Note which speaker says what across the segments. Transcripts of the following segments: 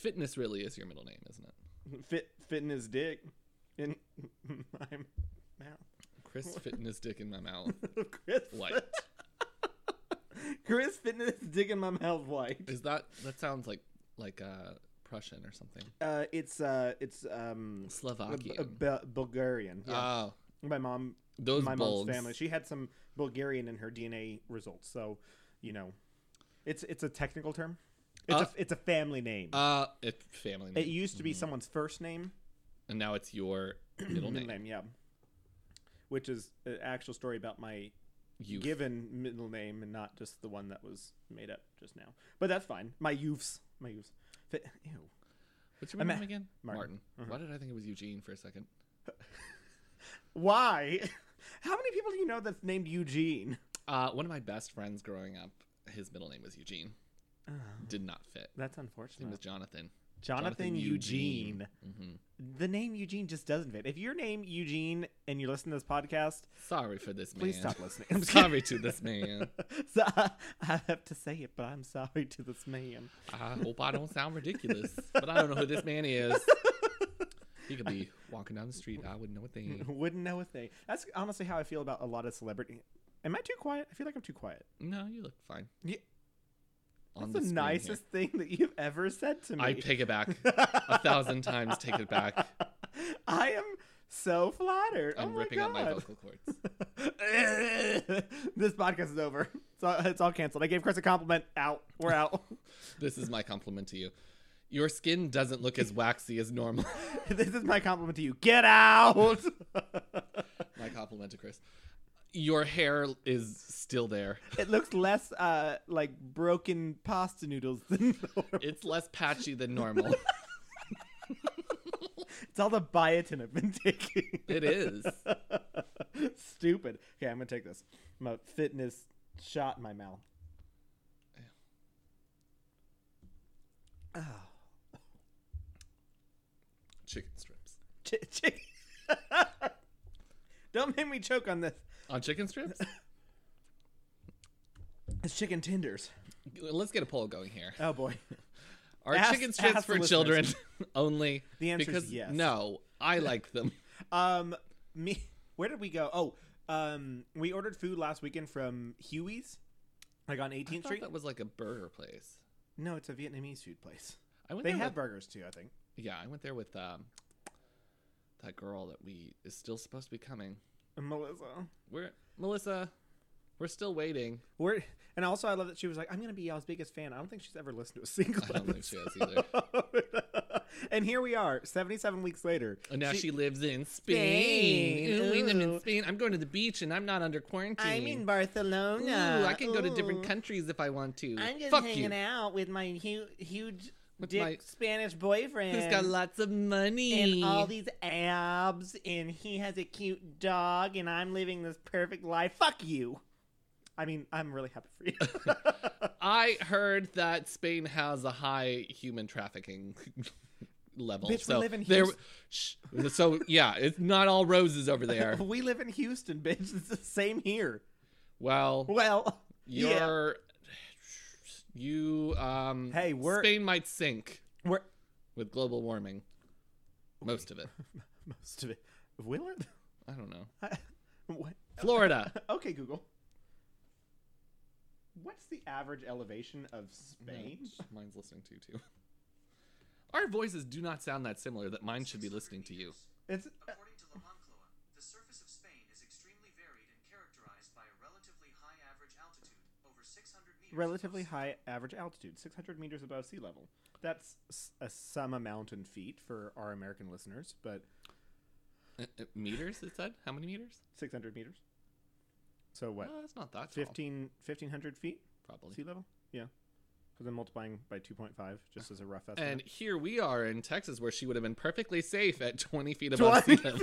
Speaker 1: Fitness really is your middle name, isn't it?
Speaker 2: Fit fitting his dick in my mouth.
Speaker 1: Chris Fitness Dick in my mouth.
Speaker 2: Chris,
Speaker 1: White.
Speaker 2: Chris fitting his dick in my mouth. White.
Speaker 1: Is that that sounds like like uh Prussian or something?
Speaker 2: Uh, it's uh, it's um, a,
Speaker 1: Slovakian.
Speaker 2: a Bu- Bulgarian. Yeah.
Speaker 1: Oh,
Speaker 2: my mom,
Speaker 1: those
Speaker 2: my
Speaker 1: bulbs.
Speaker 2: mom's family. She had some Bulgarian in her DNA results, so you know, it's it's a technical term. It's
Speaker 1: Uh,
Speaker 2: a it's a family name.
Speaker 1: Uh, it's family name,
Speaker 2: it used to be someone's first name,
Speaker 1: and now it's your middle name.
Speaker 2: yeah. Which is an actual story about my
Speaker 1: You
Speaker 2: given middle name and not just the one that was made up just now. But that's fine. My youths, my youths. Fit, ew.
Speaker 1: What's your middle
Speaker 2: Ama-
Speaker 1: name again?
Speaker 2: Martin. Uh-huh.
Speaker 1: Why did I think it was Eugene for a second?
Speaker 2: Why? How many people do you know that's named Eugene?
Speaker 1: Uh, one of my best friends growing up, his middle name was Eugene. Did not fit.
Speaker 2: Uh, That's
Speaker 1: His name was
Speaker 2: unfortunate.
Speaker 1: Jonathan.
Speaker 2: Jonathan,
Speaker 1: Jonathan
Speaker 2: Eugene.
Speaker 1: Eugene. hmm
Speaker 2: The name Eugene just doesn't fit. If your name Eugene and you listen to this podcast,
Speaker 1: Sorry for this man.
Speaker 2: please stop listening. I'm just kidding.
Speaker 1: Sorry to this man.
Speaker 2: so I, I have to say it, but I'm sorry to this man.
Speaker 1: I hope I don't sound ridiculous, but I don't know who this man is. He could be walking down the street. I wouldn't know a thing.
Speaker 2: Wouldn't know a thing. That's honestly how I feel about a lot of celebrity. Am I too quiet? I feel like I'm too quiet.
Speaker 1: No, you look fine.
Speaker 2: Yeah.
Speaker 1: On
Speaker 2: That's the,
Speaker 1: screen here.
Speaker 2: nicest thing that you've ever said to me.
Speaker 1: I take it back. a thousand times take it back.
Speaker 2: I am so flattered.
Speaker 1: I'm
Speaker 2: oh my
Speaker 1: ripping
Speaker 2: God.
Speaker 1: up my vocal cords.
Speaker 2: this podcast is over. It's all, it's all canceled. I gave Chris a compliment. Out. We're out.
Speaker 1: This is my compliment to you. Your skin doesn't look as waxy as normal.
Speaker 2: this is my compliment to you. Get out.
Speaker 1: my compliment to Chris. Your hair is still there.
Speaker 2: it looks less uh, like broken pasta noodles than normal.
Speaker 1: It's less patchy than normal.
Speaker 2: It's all the biotin I've been taking.
Speaker 1: It is.
Speaker 2: Stupid. Okay, I'm gonna take this. My fitness shot in my mouth. Oh.
Speaker 1: Chicken strips.
Speaker 2: Ch- chick- Don't make me choke on this.
Speaker 1: On chicken strips?
Speaker 2: It's chicken tenders.
Speaker 1: Let's get a poll going here.
Speaker 2: Oh boy.
Speaker 1: Are
Speaker 2: Ask-
Speaker 1: chicken strips
Speaker 2: ask the
Speaker 1: for
Speaker 2: listeners.
Speaker 1: children only?
Speaker 2: The answer is
Speaker 1: because
Speaker 2: yes.
Speaker 1: no, I like them.
Speaker 2: Um, me. Where did we go? Oh, um, we ordered food last weekend from Huey's, like on
Speaker 1: I
Speaker 2: 18th
Speaker 1: thought
Speaker 2: Street.
Speaker 1: that was like a burger place.
Speaker 2: No, it's a Vietnamese food place.
Speaker 1: I went
Speaker 2: They
Speaker 1: there
Speaker 2: have
Speaker 1: with,
Speaker 2: burgers too, I think.
Speaker 1: yeah, I went there with um, that girl that we is still supposed to be coming.
Speaker 2: And Melissa.
Speaker 1: We're Melissa. We're still waiting.
Speaker 2: We're, and also, I love that she was like, "I'm gonna be y'all's biggest fan." I don't think she's ever listened to a single.
Speaker 1: I don't think she has either.
Speaker 2: episode. and here we are, 77 weeks later.
Speaker 1: And now she, lives in Spain.
Speaker 2: Spain.
Speaker 1: Ooh, we live in
Speaker 2: Ooh.
Speaker 1: Spain. I'm going to the beach and I'm not under quarantine. Ooh,
Speaker 2: Barcelona.
Speaker 1: I can go to different countries if I want to. Fuck you.
Speaker 2: out with my huge, huge
Speaker 1: With dick my-
Speaker 2: Spanish boyfriend.
Speaker 1: Who's got lots of money?
Speaker 2: and all these abs, and he has a cute dog, and I'm living this perfect life. Fuck you. I mean, I'm really happy for you.
Speaker 1: I heard that Spain has a high human trafficking level.
Speaker 2: Bitch, we
Speaker 1: so
Speaker 2: live in
Speaker 1: there,
Speaker 2: Houston.
Speaker 1: shh, so yeah, it's not all roses over there.
Speaker 2: we live in Houston, bitch. It's the same here.
Speaker 1: Well,
Speaker 2: Well, yeah,
Speaker 1: you're you um
Speaker 2: Hey, we're-
Speaker 1: Spain might sink
Speaker 2: we're
Speaker 1: with global warming. Most of it.
Speaker 2: most of it. Will it?
Speaker 1: I don't know.
Speaker 2: I- what?
Speaker 1: Florida.
Speaker 2: Okay, Google. What's the average elevation of Spain?
Speaker 1: Mine's listening to you too. Our voices do not sound that similar that mine should be listening to you.
Speaker 2: It's
Speaker 3: According to La Moncloa, the surface of Spain is extremely varied and characterized by a relatively high average altitude, over 600 meters.
Speaker 2: relatively
Speaker 3: above sea
Speaker 2: high average altitude, 600 meters above sea level. That's s- a some amount in feet for our American listeners, but
Speaker 1: Uh, uh, meters, it said? How many meters?
Speaker 2: 600 meters. So what?
Speaker 1: No, that's not that tall.
Speaker 2: 15, 1500 feet sea
Speaker 1: probably.
Speaker 2: level? Yeah. Because I'm multiplying by 2.5 just as a rough estimate.
Speaker 1: And here we are in Texas, where she would have been perfectly safe at 20 feet above sea level.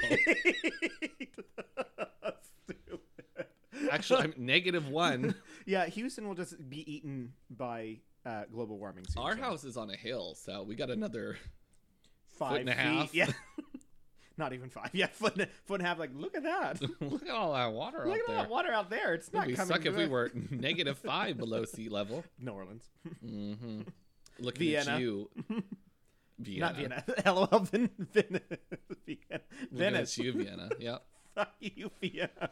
Speaker 2: Stupid.
Speaker 1: Actually, I'm negative one.
Speaker 2: yeah, Houston will just be eaten by uh, global warming. Soon,
Speaker 1: Our
Speaker 2: so
Speaker 1: house is on a hill, so we got another.
Speaker 2: five
Speaker 1: and a
Speaker 2: feet,
Speaker 1: half.
Speaker 2: Yeah, not even five. Yeah, foot and, a- foot and a half. Like, look at that. Look
Speaker 1: Look at all that water
Speaker 2: at
Speaker 1: out there.
Speaker 2: that water out there. It's not
Speaker 1: We'd
Speaker 2: coming.
Speaker 1: suck if we
Speaker 2: back.
Speaker 1: were negative five below sea level.
Speaker 2: New Orleans.
Speaker 1: Mm-hmm. Looking at
Speaker 2: Vienna.
Speaker 1: you. Vienna.
Speaker 2: Not Vienna. LOL, Vin, Vin, Vienna.
Speaker 1: Looking
Speaker 2: Venice.
Speaker 1: at you, Vienna. Yep.
Speaker 2: Fuck you, Vienna.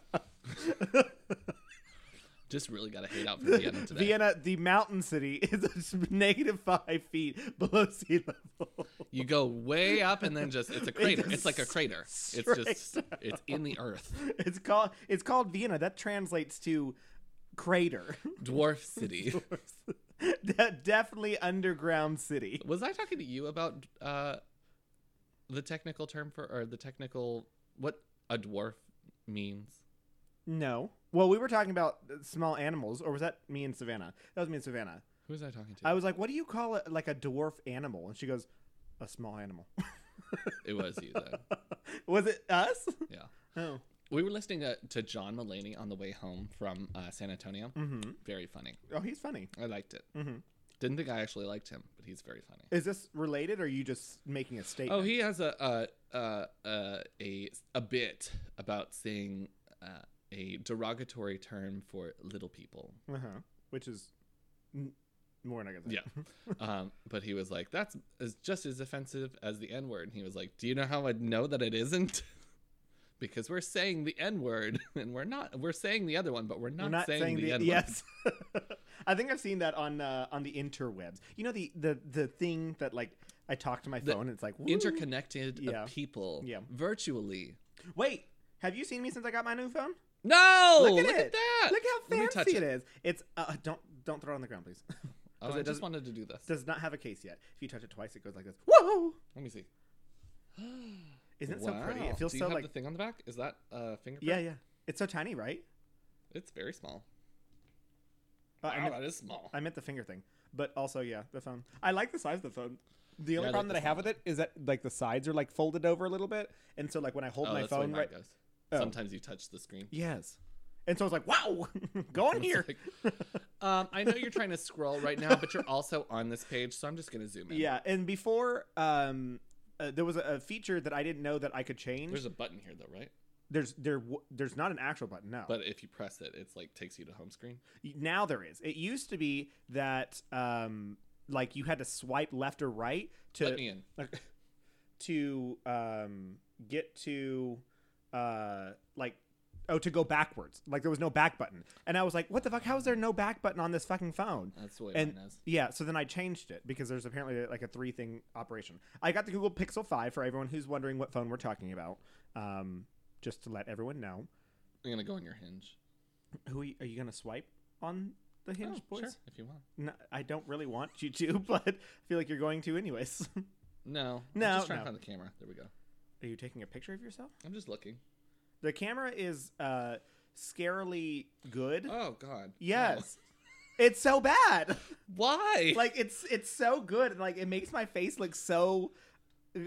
Speaker 1: Just really got to hate out for Vienna today.
Speaker 2: Vienna, the mountain city, is negative five feet below sea level.
Speaker 1: You go way up and then just it's a crater.
Speaker 2: just
Speaker 1: It's like a crater. It's
Speaker 2: straight
Speaker 1: just it's in the earth.
Speaker 2: It's called it's called Vienna. That translates to crater.
Speaker 1: Dwarf city.
Speaker 2: De- definitely underground city.
Speaker 1: Was I talking to you about uh the technical term for or the technical what a dwarf means?
Speaker 2: No. Well, we were talking about uh, small animals, or was that me and Savannah? That was me and Savannah.
Speaker 1: Who was I talking to?
Speaker 2: I was like, "What do you call it? Like a dwarf animal?" And she goes, "A small animal."
Speaker 1: it was you then.
Speaker 2: was it us?
Speaker 1: Yeah.
Speaker 2: Oh.
Speaker 1: We were listening to, to John Mullaney on the way home from uh, San Antonio.
Speaker 2: Mm-hmm.
Speaker 1: Very funny.
Speaker 2: Oh, he's funny.
Speaker 1: I liked it.
Speaker 2: Mm-hmm.
Speaker 1: Didn't think I actually liked him, but he's very funny.
Speaker 2: Is this related, or are you just making a statement?
Speaker 1: Oh, he has a a a a, a, a bit about saying uh, a derogatory term for little people.
Speaker 2: Uh-huh. Which is n- more negative.
Speaker 1: Yeah. Um, but he was like, "That's is just as offensive as the N word." And he was like, "Do you know how I know that it isn't?" Because we're saying the N word, and we're not. We're saying the other one, but we're not,
Speaker 2: We're not
Speaker 1: saying, the, N word.
Speaker 2: yes. I think I've seen that on uh, on the interwebs. You know the the the thing that like I talk to my
Speaker 1: The
Speaker 2: phone. and it's like woo.
Speaker 1: Interconnected
Speaker 2: Yeah.
Speaker 1: of people,
Speaker 2: Yeah.
Speaker 1: virtually.
Speaker 2: Wait, have you seen me since I got my new phone?
Speaker 1: No,
Speaker 2: Look
Speaker 1: look
Speaker 2: at
Speaker 1: at,
Speaker 2: it.
Speaker 1: that.
Speaker 2: Look
Speaker 1: Uh, Let me
Speaker 2: how
Speaker 1: touch
Speaker 2: fancy it is. It's uh, don't don't throw it on the ground, please.
Speaker 1: Oh, I
Speaker 2: Because it
Speaker 1: just
Speaker 2: doesn't-
Speaker 1: wanted to do this.
Speaker 2: Does not have a case yet. If you touch it twice, it goes like this. Whoa!
Speaker 1: Let me see.
Speaker 2: Isn't it so pretty?
Speaker 1: Wow.
Speaker 2: It feels
Speaker 1: Do you
Speaker 2: so
Speaker 1: have
Speaker 2: like
Speaker 1: the thing on the back. Is that a fingerprint?
Speaker 2: yeah, yeah. It's so tiny, right?
Speaker 1: It's very small.
Speaker 2: Uh, I
Speaker 1: wow,
Speaker 2: meant-
Speaker 1: that is small.
Speaker 2: I meant the finger thing, but also yeah, the phone. I like the size of the phone. The only
Speaker 1: I like
Speaker 2: problem
Speaker 1: the
Speaker 2: that I have with it is that like the sides are like folded over a little bit, and so like when I hold
Speaker 1: oh,
Speaker 2: my
Speaker 1: that's the way
Speaker 2: phone
Speaker 1: mine
Speaker 2: right,
Speaker 1: goes.
Speaker 2: Oh.
Speaker 1: Sometimes you touch the screen.
Speaker 2: yes, and so I was like, wow, go on
Speaker 1: It's
Speaker 2: here.
Speaker 1: like, um, I know you're trying to scroll right now, but you're also on this page, so I'm just gonna zoom in.
Speaker 2: Yeah, and before um, uh, there was a, a feature that I didn't know that I could change.
Speaker 1: There's a button here though, right?
Speaker 2: there's there w- there's not an actual button now.
Speaker 1: But if you press it, it's like takes you to home screen.
Speaker 2: now there is. It used to be that um like you had to swipe left or right
Speaker 1: Let
Speaker 2: to
Speaker 1: me in.
Speaker 2: to um get to uh like oh to go backwards. Like there was no back button. And I was like, "What the fuck? How is there no back button on this fucking phone?"
Speaker 1: That's the way
Speaker 2: and
Speaker 1: mine is.
Speaker 2: yeah, so then I changed it because there's apparently like a three thing operation. I got the Google Pixel 5 for everyone who's wondering what phone we're talking about. Um just to let everyone know.
Speaker 1: I'm gonna go on your hinge.
Speaker 2: Who are you, are you gonna swipe on the Hinge
Speaker 1: Oh,
Speaker 2: boys?
Speaker 1: sure, if you want.
Speaker 2: No, I don't really want you to, but I feel like you're going to anyways.
Speaker 1: No.
Speaker 2: No,
Speaker 1: I'm just trying
Speaker 2: no.
Speaker 1: to find the camera. There we go.
Speaker 2: Are you taking a picture of yourself?
Speaker 1: I'm just looking.
Speaker 2: The camera is uh scarily good.
Speaker 1: Oh God.
Speaker 2: yes. It's so bad.
Speaker 1: No. Why?
Speaker 2: like it's it's so good and like it makes my face look so uh,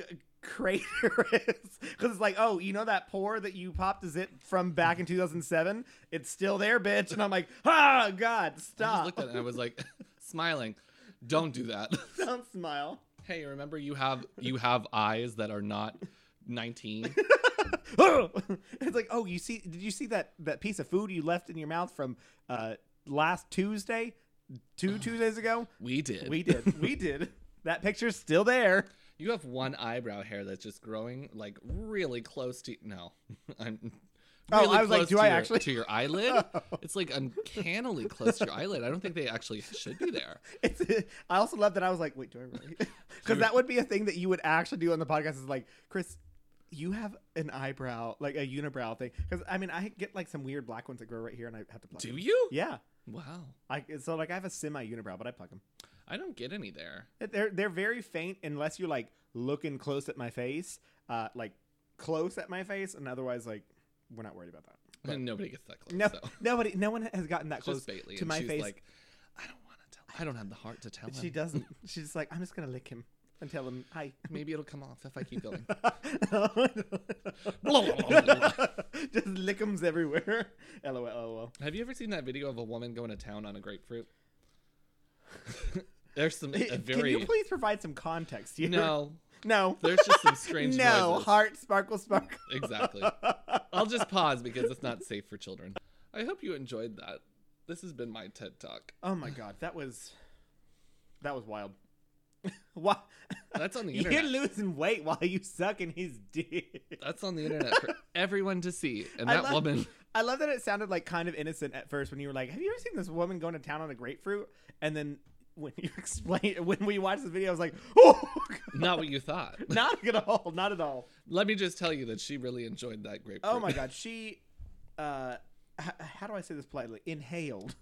Speaker 2: craterous cuz it's like, "Oh, you know that pour that you popped a zit from back in 2007? It's still there, bitch." And I'm like, "Ah, god,
Speaker 1: I just
Speaker 2: stop.
Speaker 1: looked at it and I was like, smiling. Don't do that.
Speaker 2: Don't smile."
Speaker 1: hey, remember you have you have eyes that are not 19.
Speaker 2: it's like, oh, you see? Did you see that that piece of food you left in your mouth from uh, last Tuesday, two Tuesdays ago?
Speaker 1: We did.
Speaker 2: We did, we did. That picture's still there.
Speaker 1: You have one eyebrow hair that's just growing like really close to no. I'm
Speaker 2: Oh, I was like,
Speaker 1: close
Speaker 2: do
Speaker 1: to
Speaker 2: I
Speaker 1: your-
Speaker 2: actually- Oh.
Speaker 1: to your eyelid? It's like uncannily close to your eyelid. I don't think they actually should be there.
Speaker 2: It's. I also love that I was like, wait, do I really? Because that would be a thing that you would actually do on the podcast. Is like, Chris, you have an eyebrow, like a unibrow thing. Because I mean, I get like some weird black ones that grow right here, and I have to pluck.
Speaker 1: Do
Speaker 2: 'em.
Speaker 1: you?
Speaker 2: Yeah.
Speaker 1: Wow.
Speaker 2: I so like I have a semi unibrow, but I pluck them.
Speaker 1: I don't get any there.
Speaker 2: They're they're very faint unless you're like looking close at my face, uh, like close at my face, and otherwise like we're not worried about that. But
Speaker 1: And nobody gets that close.
Speaker 2: no,
Speaker 1: so. It's
Speaker 2: nobody, no one has gotten that close
Speaker 1: just Bailey
Speaker 2: to
Speaker 1: and
Speaker 2: my
Speaker 1: she's
Speaker 2: face.
Speaker 1: like I don't want to tell. I don't have the heart to tell him.
Speaker 2: she doesn't. She's just like, I'm just gonna lick him and tell him hi.
Speaker 1: Maybe it'll come off if I keep going.
Speaker 2: just lickums everywhere. LOL, LOL.
Speaker 1: Have you ever seen that video of a woman going to town on a grapefruit? There's some a
Speaker 2: Can
Speaker 1: very
Speaker 2: you please provide some context here?
Speaker 1: no.
Speaker 2: no,
Speaker 1: There's just some strange
Speaker 2: no.
Speaker 1: noises.
Speaker 2: Heart, sparkle, sparkle.
Speaker 1: Exactly. I'll just pause because it's not safe for children. I hope you enjoyed that. This has been my TED Talk.
Speaker 2: Oh my god, that was that was wild. Why?
Speaker 1: That's on the
Speaker 2: You're
Speaker 1: internet.
Speaker 2: losing weight while you sucking his dick.
Speaker 1: That's on the internet for everyone to see. And
Speaker 2: I
Speaker 1: that
Speaker 2: love-
Speaker 1: woman,
Speaker 2: I love that it sounded like kind of innocent at first when you were like, "Have you ever seen this woman going to town on a grapefruit?" And then when you explain, when we watched the video, I was like, "Oh, God."
Speaker 1: not what you thought.
Speaker 2: not at all, not at all."
Speaker 1: Let me just tell you that she really enjoyed that grapefruit.
Speaker 2: Oh my god, she, uh, h- how do I say this politely? Inhaled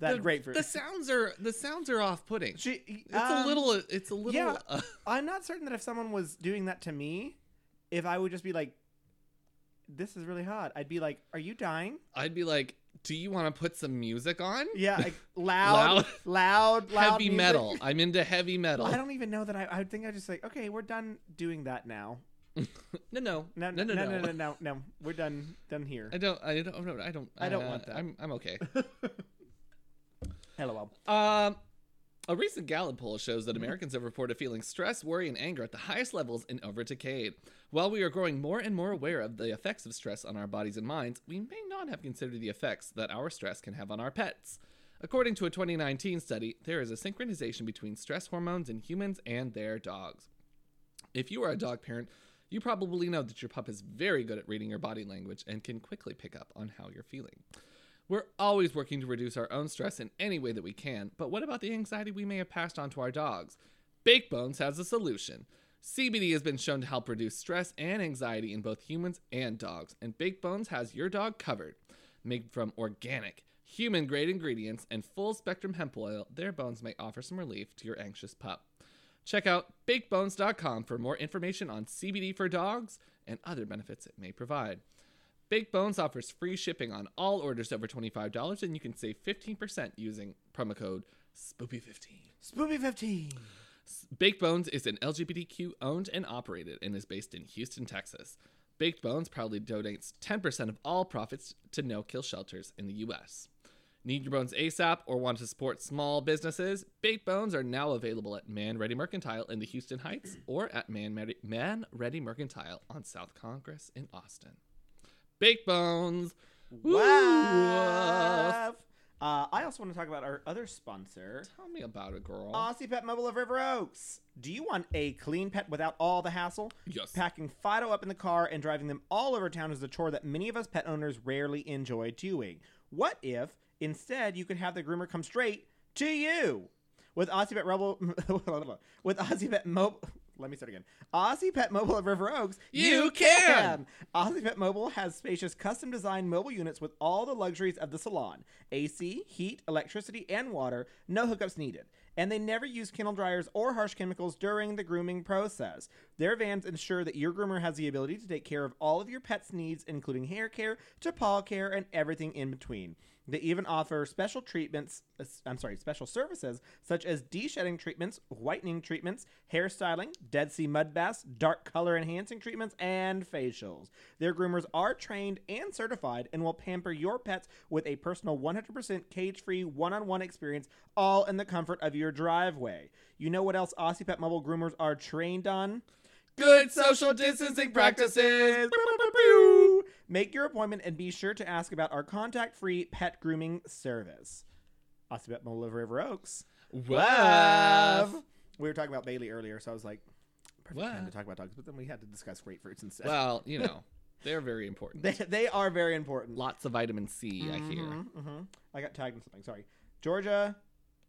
Speaker 2: that
Speaker 1: the,
Speaker 2: grapefruit.
Speaker 1: The sounds are the sounds are off-putting.
Speaker 2: she, um,
Speaker 1: it's a little. It's a little.
Speaker 2: yeah.
Speaker 1: uh,
Speaker 2: I'm not certain that if someone was doing that to me, if I would just be like, "This is really hot," I'd be like, "Are you dying?"
Speaker 1: I'd be like, "Do you want to put some music on?
Speaker 2: Yeah, like loud, loud, loud,
Speaker 1: heavy
Speaker 2: music.
Speaker 1: metal. I'm into heavy metal.
Speaker 2: I don't even know that I. I would think I just like, okay, we're done doing that now.
Speaker 1: no, no,
Speaker 2: No, no, no, no, no, no, no. We're done, done here.
Speaker 1: I don't. I don't. no, I don't. uh,
Speaker 2: I don't want that.
Speaker 1: I'm. I'm okay.
Speaker 2: LOL.
Speaker 1: Um, a recent Gallup poll shows that Americans have reported feeling stress, worry, and anger at the highest levels in over a decade. While we are growing more and more aware of the effects of stress on our bodies and minds, we may not have considered the effects that our stress can have on our pets. According to a 2019 study, there is a synchronization between stress hormones in humans and their dogs. If you are a dog parent, you probably know that your pup is very good at reading your body language and can quickly pick up on how you're feeling. We're always working to reduce our own stress in any way that we can, but what about the anxiety we may have passed on to our dogs? Bake Bones has a solution. CBD has been shown to help reduce stress and anxiety in both humans and dogs, and Bake Bones has your dog covered. Made from organic, human grade ingredients and full spectrum hemp oil, their bones may offer some relief to your anxious pup. Check out bakebones.com for more information on CBD for dogs and other benefits it may provide. Big Bones offers free shipping on all orders over $25, and you can save 15% using promo code SPOOPY15.
Speaker 2: Spoopy fifteen.
Speaker 1: Baked Bones is an LGBTQ owned and operated and is based in Houston, Texas. Baked Bones proudly donates 10% of all profits to no kill shelters in the U.S. Need your bones ASAP or want to support small businesses? Baked Bones are now available at Man Ready Mercantile in the Houston Heights or at Man Ready, Man Ready Mercantile on South Congress in Austin. Baked Bones! Woo!
Speaker 2: Wow. Uh, I also want to talk about our other sponsor.
Speaker 1: Tell me about it, girl.
Speaker 2: Aussie Pet Mobile of River Oaks. Do you want a clean pet without all the hassle?
Speaker 1: Yes.
Speaker 2: Packing Fido up in the car and driving them all over town is a chore that many of us pet owners rarely enjoy doing. What if instead you could have the groomer come straight to you? With Aussie Pet Rebel, with Aussie Pet Mobile, let me start again. Aussie Pet Mobile of River Oaks,
Speaker 1: You can!
Speaker 2: Aussie Pet Mobile has spacious custom designed mobile units with all the luxuries of the salon AC, heat, electricity, and water, no hookups needed. And they never use kennel dryers or harsh chemicals during the grooming process. Their vans ensure that your groomer has the ability to take care of all of your pet's needs, including hair care to paw care and everything in between. They even offer special treatments, uh, I'm sorry, special services such as de-shedding treatments, whitening treatments, hairstyling, Dead Sea mud baths, dark color enhancing treatments, and facials. Their groomers are trained and certified and will pamper your pets with a personal 100% cage-free one-on-one experience all in the comfort of your driveway. You know what else Aussie Pet Mobile groomers are trained on?
Speaker 1: Good social distancing practices!
Speaker 2: Make your appointment and be sure to ask about our contact free pet grooming service. Austin Betmo Live River Oaks.
Speaker 1: Wow.
Speaker 2: We were talking about Bailey earlier, so I was like, perfect time to
Speaker 1: What?
Speaker 2: talk about dogs, but then we had to discuss grapefruits instead.
Speaker 1: Well, you know, they're very important.
Speaker 2: they, they are very important.
Speaker 1: Lots of vitamin C, I hear.
Speaker 2: Mhm, mhm. I got tagged in something. Sorry. Georgia.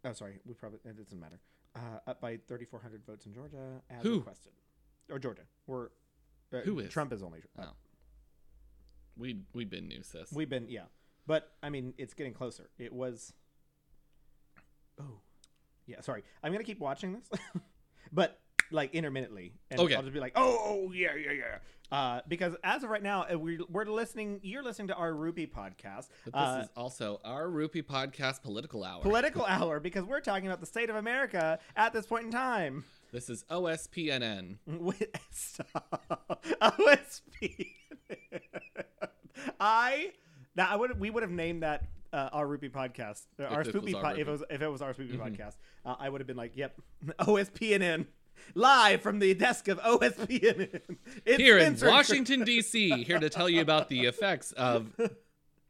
Speaker 2: Oh, sorry. We probably, it doesn't matter. Uh, up by 3,400 votes in Georgia as
Speaker 1: Who?
Speaker 2: requested. Or Georgia. We're, uh,
Speaker 1: Who is?
Speaker 2: Trump is only.
Speaker 1: Oh. We we've been new, sis.
Speaker 2: We've been, yeah. But I mean, it's getting closer. It was. Oh, yeah. Sorry, I'm gonna keep watching this, but like intermittently, and
Speaker 1: Okay.
Speaker 2: I'll just be like, oh, oh, yeah, yeah, yeah. Uh, because as of right now, uh, we're we're listening. You're listening to our Rupee podcast,
Speaker 1: but this
Speaker 2: uh,
Speaker 1: is also our Rupee Podcast Political Hour.
Speaker 2: political hour, because we're talking about the state of America at this point in time.
Speaker 1: this is OSPNN.
Speaker 2: Wait, stop. OSP. I now I would we would have named that uh, our Rupee podcast, uh, our
Speaker 1: it was Mm-hmm.
Speaker 2: Spoopy
Speaker 1: our
Speaker 2: pod, if
Speaker 1: Rupee.
Speaker 2: it was if it was our Spoopy podcast, uh, I would have been like, yep, OSPNN. Live from the desk of OSPNN. It's
Speaker 1: Here in
Speaker 2: censored.
Speaker 1: Washington D.C., here to tell you about the effects of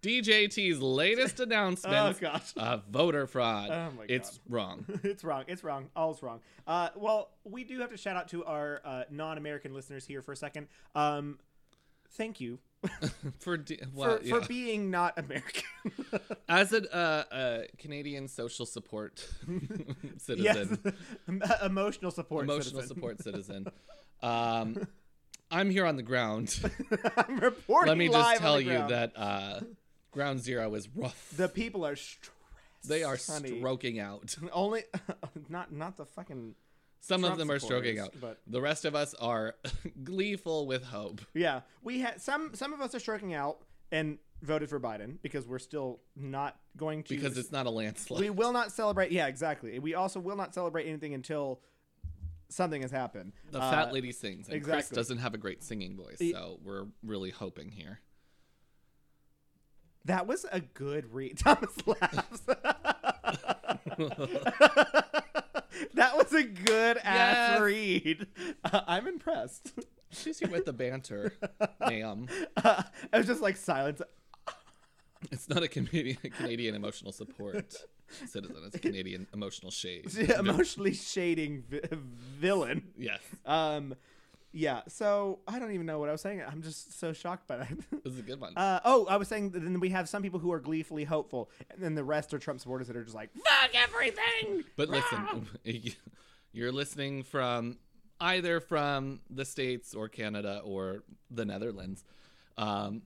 Speaker 1: DJT's latest
Speaker 2: Oh
Speaker 1: announcement
Speaker 2: gosh.
Speaker 1: of voter fraud.
Speaker 2: Oh my
Speaker 1: it's wrong.
Speaker 2: it's wrong. It's wrong. All's wrong. Uh, well, we do have to shout out to our uh, non-American listeners here for a second. Um, thank you
Speaker 1: For, D- well,
Speaker 2: for,
Speaker 1: yeah.
Speaker 2: for being not American.
Speaker 1: As a uh, uh, Canadian social support citizen,
Speaker 2: yes, Em- uh, emotional support.
Speaker 1: emotional
Speaker 2: citizen.
Speaker 1: support citizen, um, I'm here on the ground.
Speaker 2: I'm reporting.
Speaker 1: Let me just
Speaker 2: live on
Speaker 1: tell
Speaker 2: the
Speaker 1: you
Speaker 2: ground.
Speaker 1: that uh, ground zero is rough.
Speaker 2: the people are stressed.
Speaker 1: they are
Speaker 2: honey.
Speaker 1: stroking out.
Speaker 2: Only not not the fucking
Speaker 1: Some of
Speaker 2: Trump
Speaker 1: them are stroking out.
Speaker 2: supporters, but-
Speaker 1: The rest of us are gleeful with hope.
Speaker 2: yeah. We had some some of us are stroking out and voted for Biden because we're still not going to
Speaker 1: because it's not a landslide.
Speaker 2: we will not celebrate. Yeah, exactly. We also will not celebrate anything until something has happened.
Speaker 1: the
Speaker 2: Uh,
Speaker 1: fat lady sings, and Chris
Speaker 2: exactly.
Speaker 1: doesn't have a great singing voice,
Speaker 2: Y-
Speaker 1: so we're really hoping here.
Speaker 2: That was a good read. Thomas laughs. that was a good ass
Speaker 1: Yes.
Speaker 2: read. Uh, I'm impressed.
Speaker 1: She's here with the banter, ma'am.
Speaker 2: Uh, I was just like silence.
Speaker 1: It's not a Canadian, Canadian emotional support citizen. It's a Canadian emotional shade.
Speaker 2: emotionally shading vi- villain.
Speaker 1: yes,
Speaker 2: Um, yeah. So I don't even know what I was saying. I'm just so shocked by that.
Speaker 1: this is a good one.
Speaker 2: Uh, oh, I was saying that then we have some people who are gleefully hopeful, and then the rest are Trump supporters that are just like, fuck everything!
Speaker 1: but listen, you're listening from either from the states or Canada or the Netherlands. Um,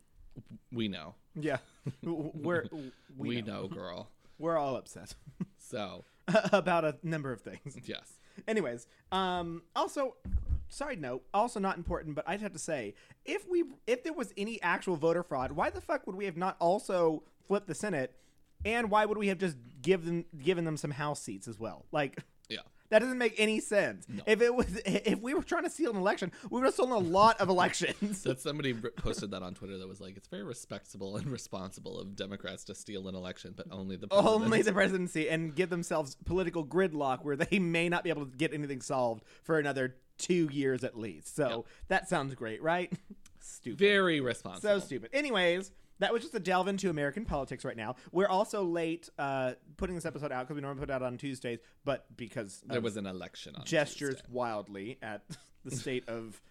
Speaker 1: we know,
Speaker 2: Yeah. We're, we,
Speaker 1: we,
Speaker 2: know.
Speaker 1: know, girl.
Speaker 2: We're all upset
Speaker 1: So
Speaker 2: about a number of things.
Speaker 1: yes,
Speaker 2: Anyways, um, also, side note, also not important, but I'd have to say, if we, if there was any actual voter fraud, why the fuck would we have not also flipped the Senate, and why would we have just given given them some House seats as well? Like,
Speaker 1: yeah.
Speaker 2: that doesn't make any sense. If it was, if we were trying to steal an election, we would have stolen a lot of elections.
Speaker 1: that somebody r- posted that on Twitter that was like, it's very respectable and responsible of Democrats to steal an election, but only the president.
Speaker 2: Only the presidency and give themselves political gridlock where they may not be able to get anything solved for another two years at least. So that sounds great, right? Stupid.
Speaker 1: very
Speaker 2: so
Speaker 1: responsible.
Speaker 2: stupid. Anyways, that was just a delve into American politics right now. We're also late uh, putting this episode out because we normally put it out on Tuesdays, but because
Speaker 1: there
Speaker 2: of
Speaker 1: was an election on
Speaker 2: gestures
Speaker 1: Tuesday.
Speaker 2: wildly at the state of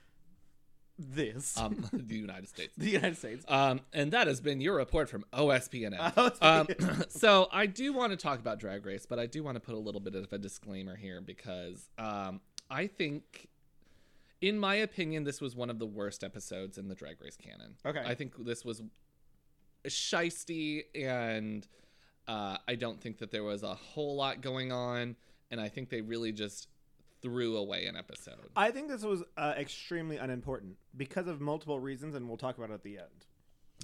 Speaker 2: this,
Speaker 1: um, the United States.
Speaker 2: the United States.
Speaker 1: Um, and that has been your report from OSPNF.
Speaker 2: OSPNF.
Speaker 1: Um, so I do want to talk about Drag Race, but I do want to put a little bit of a disclaimer here because um, I think, in my opinion, this was one of the worst episodes in the Drag Race canon.
Speaker 2: Okay.
Speaker 1: I think this was shisty, and uh, I don't think that there was a whole lot going on, and I think they really just threw away an episode.
Speaker 2: I think this was uh, extremely unimportant because of multiple reasons, and we'll talk about it at the end.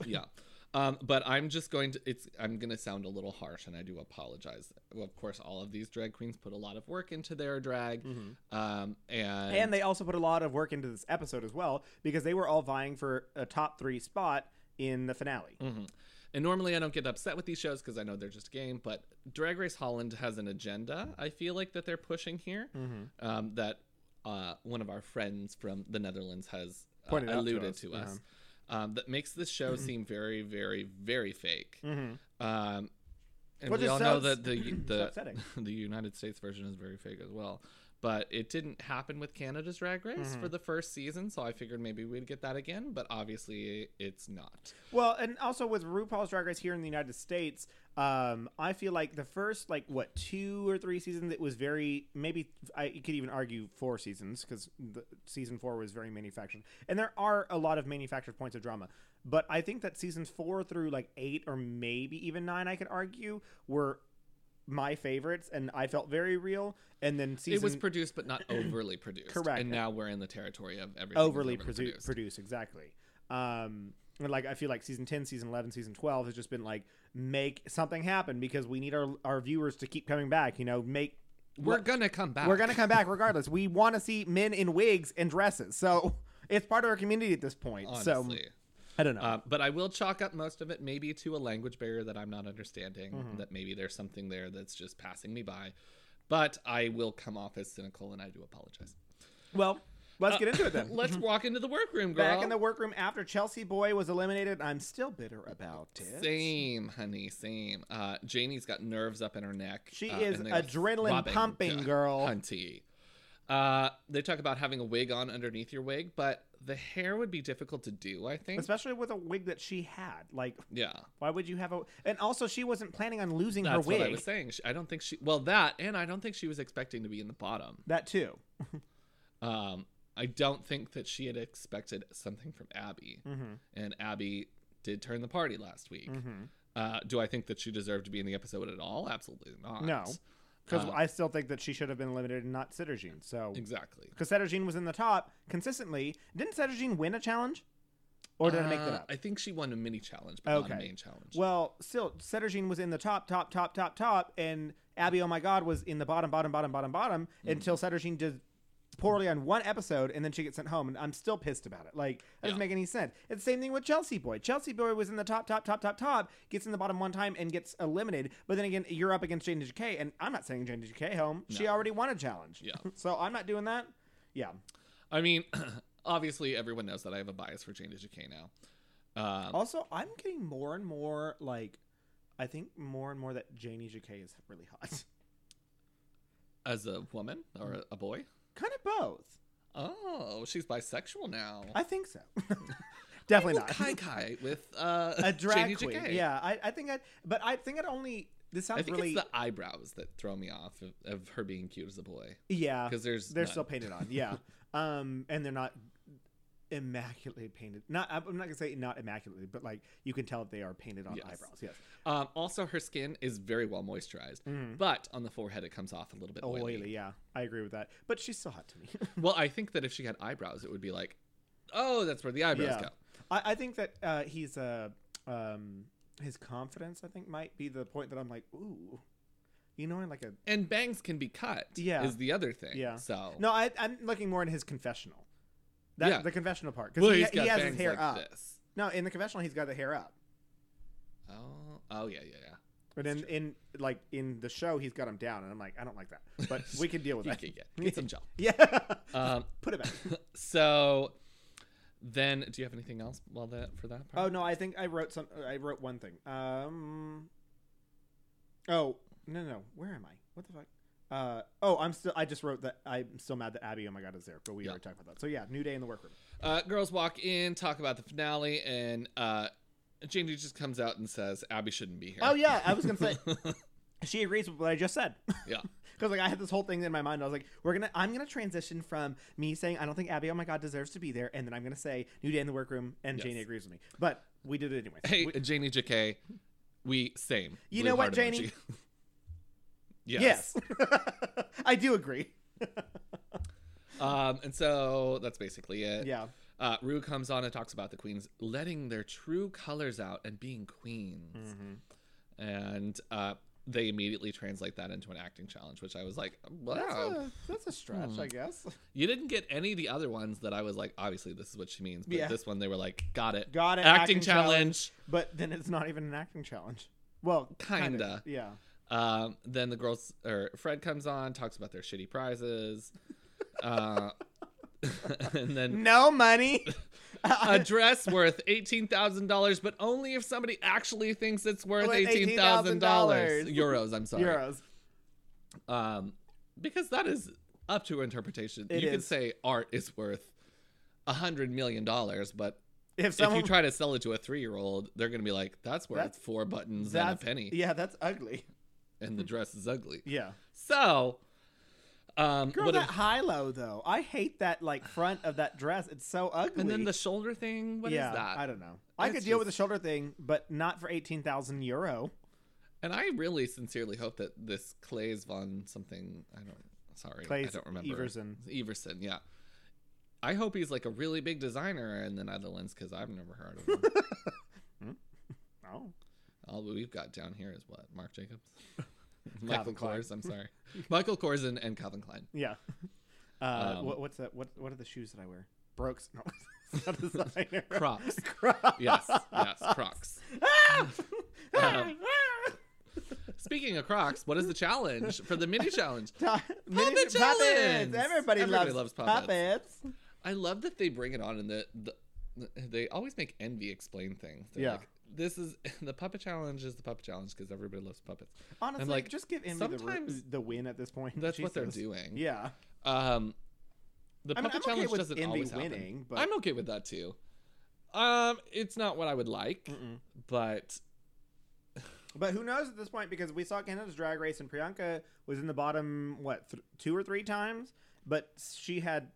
Speaker 1: yeah um, but i'm just going to it's i'm going to sound a little harsh and i do apologize well, of course all of these drag queens put a lot of work into their drag
Speaker 2: Mm-hmm.
Speaker 1: um, and,
Speaker 2: And they also put a lot of work into this episode as well because they were all vying for a top three spot in the finale.
Speaker 1: Mhm. and normally i don't get upset with these shows because i know they're just a game but drag race holland has an agenda i feel like that they're pushing here
Speaker 2: Hmm.
Speaker 1: um, that uh, one of our friends from the netherlands has uh,
Speaker 2: Pointed out to
Speaker 1: alluded
Speaker 2: us,
Speaker 1: to us,
Speaker 2: yeah. Mm-hmm.
Speaker 1: Um, that makes this show seem very, very, very fake.
Speaker 2: Mhm.
Speaker 1: Um, and
Speaker 2: Which
Speaker 1: we
Speaker 2: is
Speaker 1: all
Speaker 2: so
Speaker 1: know
Speaker 2: ups-
Speaker 1: that the the
Speaker 2: upsetting.
Speaker 1: the United States version is very fake as well. But it didn't happen with Canada's Drag Race
Speaker 2: Mm-hmm.
Speaker 1: for the first season, so I figured maybe we'd get that again. But obviously, it's not.
Speaker 2: Well, and also with RuPaul's Drag Race here in the United States, um, I feel like the first like what two or three seasons it was very maybe I you could even argue four seasons because season four was very manufactured, and there are a lot of manufactured points of drama. But I think that seasons four through like eight or maybe even nine, I could argue, were my favorites, and I felt very real. And then season
Speaker 1: it was produced, but not overly produced.
Speaker 2: Correct.
Speaker 1: And now we're in the territory of everything is
Speaker 2: overly produ- produced. exactly um and, like i feel like season 10 season 11 season 12 has just been like make something happen because we need our our viewers to keep coming back you know make
Speaker 1: We're gonna come back.
Speaker 2: we're gonna come back regardless we want to see men in wigs and dresses so it's part of our community at this point
Speaker 1: honestly.
Speaker 2: so i don't know
Speaker 1: Uh, but I will chalk up most of it maybe to a language barrier that I'm not understanding,
Speaker 2: Mm-hmm.
Speaker 1: that maybe there's something there that's just passing me by. But I will come off as cynical and I do apologize.
Speaker 2: well Let's
Speaker 1: Uh,
Speaker 2: get into it then.
Speaker 1: Let's walk into the workroom, girl.
Speaker 2: Back in the workroom after Chelsea Boy was eliminated. I'm still bitter about it.
Speaker 1: Same, honey, same. Uh, Janie's got nerves up in her neck.
Speaker 2: She
Speaker 1: uh,
Speaker 2: is
Speaker 1: and they are
Speaker 2: adrenaline
Speaker 1: throbbing.
Speaker 2: pumping,
Speaker 1: Ugh,
Speaker 2: girl.
Speaker 1: Hunty. Uh, they talk about having a wig on underneath your wig, but the hair would be difficult to do, I think.
Speaker 2: Especially with a wig that she had. Like,
Speaker 1: yeah,
Speaker 2: why would you have a. And also, she wasn't planning on losing
Speaker 1: that's
Speaker 2: her wig.
Speaker 1: what I was saying. She, I don't think she. Well, that, and I don't think she was expecting to be in the bottom.
Speaker 2: That too.
Speaker 1: Um, I don't think that she had expected something from Abby,
Speaker 2: Mm-hmm.
Speaker 1: and Abby did turn the party last week.
Speaker 2: Mm-hmm.
Speaker 1: Uh, do I think that she deserved to be in the episode at all? Absolutely not.
Speaker 2: No. Because
Speaker 1: Uh,
Speaker 2: I still think that she should have been eliminated and not Sitterjean. So.
Speaker 1: exactly.
Speaker 2: Because Sitterjean was in the top consistently. Didn't Sitterjean win a challenge? Or did I make that
Speaker 1: Uh,
Speaker 2: up?
Speaker 1: I think she won a mini challenge, but not a
Speaker 2: Okay.
Speaker 1: main challenge.
Speaker 2: Well, still, Sedergine was in the top, top, top, top, top, and Abby, oh my God, was in the bottom, bottom, bottom, bottom, bottom
Speaker 1: Mm.
Speaker 2: until Sedergine did poorly on one episode, and then she gets sent home, and I'm still pissed about it. Like that doesn't
Speaker 1: Yeah.
Speaker 2: make any sense. It's the same thing with Chelsea Boy. Chelsea Boy was in the top, top, top, top, top, gets in the bottom one time and gets eliminated. But then again, you're up against Jane DK, and I'm not sending Jane DK home. She
Speaker 1: No.
Speaker 2: already won a challenge.
Speaker 1: Yeah. Um,
Speaker 2: so I'm not doing that. Yeah.
Speaker 1: I mean, obviously everyone knows that I have a bias for Jane DeJK now. Um,
Speaker 2: Also, I'm getting more and more like. I think more and more that Janie Jacquet is really hot.
Speaker 1: as a woman or a- a boy?
Speaker 2: Kind of both.
Speaker 1: Oh, she's bisexual now.
Speaker 2: I think so. Definitely
Speaker 1: Well,
Speaker 2: not.
Speaker 1: Kai Kai with uh,
Speaker 2: a drag
Speaker 1: Janie
Speaker 2: queen.
Speaker 1: Jacquet.
Speaker 2: Yeah, I, I think I. But I think it only. This
Speaker 1: I
Speaker 2: sounds
Speaker 1: think
Speaker 2: really.
Speaker 1: it's the eyebrows that throw me off of, of her being cute as a boy
Speaker 2: yeah,
Speaker 1: because there's
Speaker 2: Ah, they're
Speaker 1: none.
Speaker 2: still painted on. Yeah, um, and they're not immaculately painted. Not. I'm not gonna say not immaculately, but like you can tell that they are painted on
Speaker 1: Yes.
Speaker 2: eyebrows. Yes.
Speaker 1: Um, also, her skin is very well moisturized,
Speaker 2: Mhm.
Speaker 1: but on the forehead it comes off a little bit
Speaker 2: Oily.
Speaker 1: oily.
Speaker 2: Yeah, I agree with that. But she's still hot to me.
Speaker 1: Well, I think that if she had eyebrows, it would be like, oh, that's where the eyebrows
Speaker 2: Yeah.
Speaker 1: go.
Speaker 2: I, I think that uh, he's uh, um, his confidence. I think might be the point that I'm like, ooh, you know, like a
Speaker 1: and bangs can be cut.
Speaker 2: Yeah.
Speaker 1: is the other thing.
Speaker 2: Yeah.
Speaker 1: So
Speaker 2: No, I, I'm looking more in his confessional. That,
Speaker 1: Yeah.
Speaker 2: The confessional part.
Speaker 1: Well,
Speaker 2: Because he,
Speaker 1: he's
Speaker 2: he
Speaker 1: got
Speaker 2: has his
Speaker 1: bangs
Speaker 2: hair
Speaker 1: like
Speaker 2: up.
Speaker 1: This.
Speaker 2: No, in the confessional, he's got the hair up.
Speaker 1: Oh, oh yeah, yeah, yeah.
Speaker 2: But
Speaker 1: That's
Speaker 2: in, in like in the show, he's got him down, and I'm like, I don't like that. But we can deal with
Speaker 1: You
Speaker 2: that.
Speaker 1: can get, get some gel.
Speaker 2: Yeah,
Speaker 1: Um,
Speaker 2: put it back.
Speaker 1: so then, do you have anything else while that for that
Speaker 2: Oh
Speaker 1: part?
Speaker 2: no, I think I wrote some. I wrote one thing. Um. Oh no no, where am I? What the fuck? Uh oh, I'm still. I just wrote that. I'm still mad that Abby. Oh my god, is there? But we
Speaker 1: Yeah.
Speaker 2: already talked about that. So yeah, new day in the workroom.
Speaker 1: Uh, girls walk in, talk about the finale, and uh, Jamie just comes out and says Abby shouldn't be here.
Speaker 2: Oh yeah, I was gonna say she agrees with what I just said.
Speaker 1: yeah.
Speaker 2: Because like I had this whole thing in my mind. I was like, we're gonna I'm gonna transition from me saying I don't think Abby, oh my god, deserves to be there, and then I'm gonna say New Day in the workroom and
Speaker 1: Yes.
Speaker 2: Janie agrees with me. But we did it anyway.
Speaker 1: Hey, uh,
Speaker 2: We-
Speaker 1: Janie JK, we same.
Speaker 2: You
Speaker 1: Blue
Speaker 2: know what,
Speaker 1: heart
Speaker 2: Janie?
Speaker 1: emoji. yes.
Speaker 2: yes. I do agree.
Speaker 1: Um, and so that's basically it.
Speaker 2: Yeah.
Speaker 1: Uh, Rue comes on and talks about the queens letting their true colors out and being queens.
Speaker 2: Mm.
Speaker 1: And uh, they immediately translate that into an acting challenge, which I was like,
Speaker 2: That's,
Speaker 1: wow.
Speaker 2: a, that's a stretch,
Speaker 1: Hmm.
Speaker 2: I guess.
Speaker 1: You didn't get any of the other ones that I was like, obviously, this is what she means. But
Speaker 2: Yeah.
Speaker 1: this one, they were like, got it.
Speaker 2: Got it.
Speaker 1: acting, challenge.
Speaker 2: But then it's not even an acting challenge. Well, kind
Speaker 1: Kinda.
Speaker 2: of. Yeah.
Speaker 1: Um, then the girls, or Fred comes on, talks about their shitty prizes. uh, and then
Speaker 2: No money.
Speaker 1: a dress worth eighteen thousand dollars, but only if somebody actually thinks it's worth
Speaker 2: Worth
Speaker 1: eighteen thousand dollars
Speaker 2: $18,000.
Speaker 1: euros. I'm sorry,
Speaker 2: Euros.
Speaker 1: um, because that is up to interpretation.
Speaker 2: It
Speaker 1: you can
Speaker 2: is.
Speaker 1: say art is worth a hundred million dollars, but
Speaker 2: If someone
Speaker 1: if you try to sell it to a three year old, they're gonna be like, "That's worth
Speaker 2: That's-
Speaker 1: four buttons and a
Speaker 2: that's-
Speaker 1: penny,"
Speaker 2: Yeah, that's ugly.
Speaker 1: and the dress is ugly.
Speaker 2: Yeah.
Speaker 1: So, um,
Speaker 2: Girl,
Speaker 1: what
Speaker 2: that
Speaker 1: if-
Speaker 2: high low though. I hate that like front of that dress. It's so ugly.
Speaker 1: and then the shoulder thing. What is
Speaker 2: yeah,
Speaker 1: that?
Speaker 2: I don't know. I could
Speaker 1: That's
Speaker 2: deal with the
Speaker 1: just-
Speaker 2: shoulder thing, but not for eighteen thousand euro.
Speaker 1: And I really sincerely hope that this Clays von something I don't sorry I
Speaker 2: Claes
Speaker 1: don't remember
Speaker 2: Everson.
Speaker 1: Everson, yeah. I hope he's like a really big designer in the Netherlands because I've never heard of him.
Speaker 2: Oh,
Speaker 1: All we've got down here is what Mark Jacobs, Michael
Speaker 2: Calvin Klein.
Speaker 1: Kors. I'm sorry, Michael Kors and, and Calvin Klein.
Speaker 2: yeah. Uh,
Speaker 1: Um,
Speaker 2: what, what's that? What What are the shoes that I wear? Brooks. No, it's not designer.
Speaker 1: Crocs.
Speaker 2: Crocs.
Speaker 1: Yes, yes, Crocs.
Speaker 2: Ah!
Speaker 1: Um, Speaking of Crocs, what is the challenge for the mini challenge?
Speaker 2: Ta- miniature
Speaker 1: Puppets!
Speaker 2: Everybody,
Speaker 1: Everybody
Speaker 2: loves,
Speaker 1: loves puppets.
Speaker 2: puppets.
Speaker 1: I love that they bring it on and that the, they always make envy explain things. They're
Speaker 2: Yeah.
Speaker 1: like, this is the puppet challenge is the puppet challenge because everybody loves puppets.
Speaker 2: Honestly,
Speaker 1: like,
Speaker 2: just give Envy the, ru-
Speaker 1: sometimes
Speaker 2: the win at this point.
Speaker 1: That's what they're
Speaker 2: Jesus.
Speaker 1: doing.
Speaker 2: Yeah.
Speaker 1: Um, the
Speaker 2: I
Speaker 1: puppet
Speaker 2: mean, I'm okay
Speaker 1: challenge
Speaker 2: with
Speaker 1: doesn't
Speaker 2: Envy
Speaker 1: always happen.
Speaker 2: winning, but-
Speaker 1: I'm okay with that too. Um, it's not what I would like,
Speaker 2: Mm-mm.
Speaker 1: but
Speaker 2: But who knows at this point because we saw Canada's drag race and Priyanka was in the bottom what th- two or three times, but she had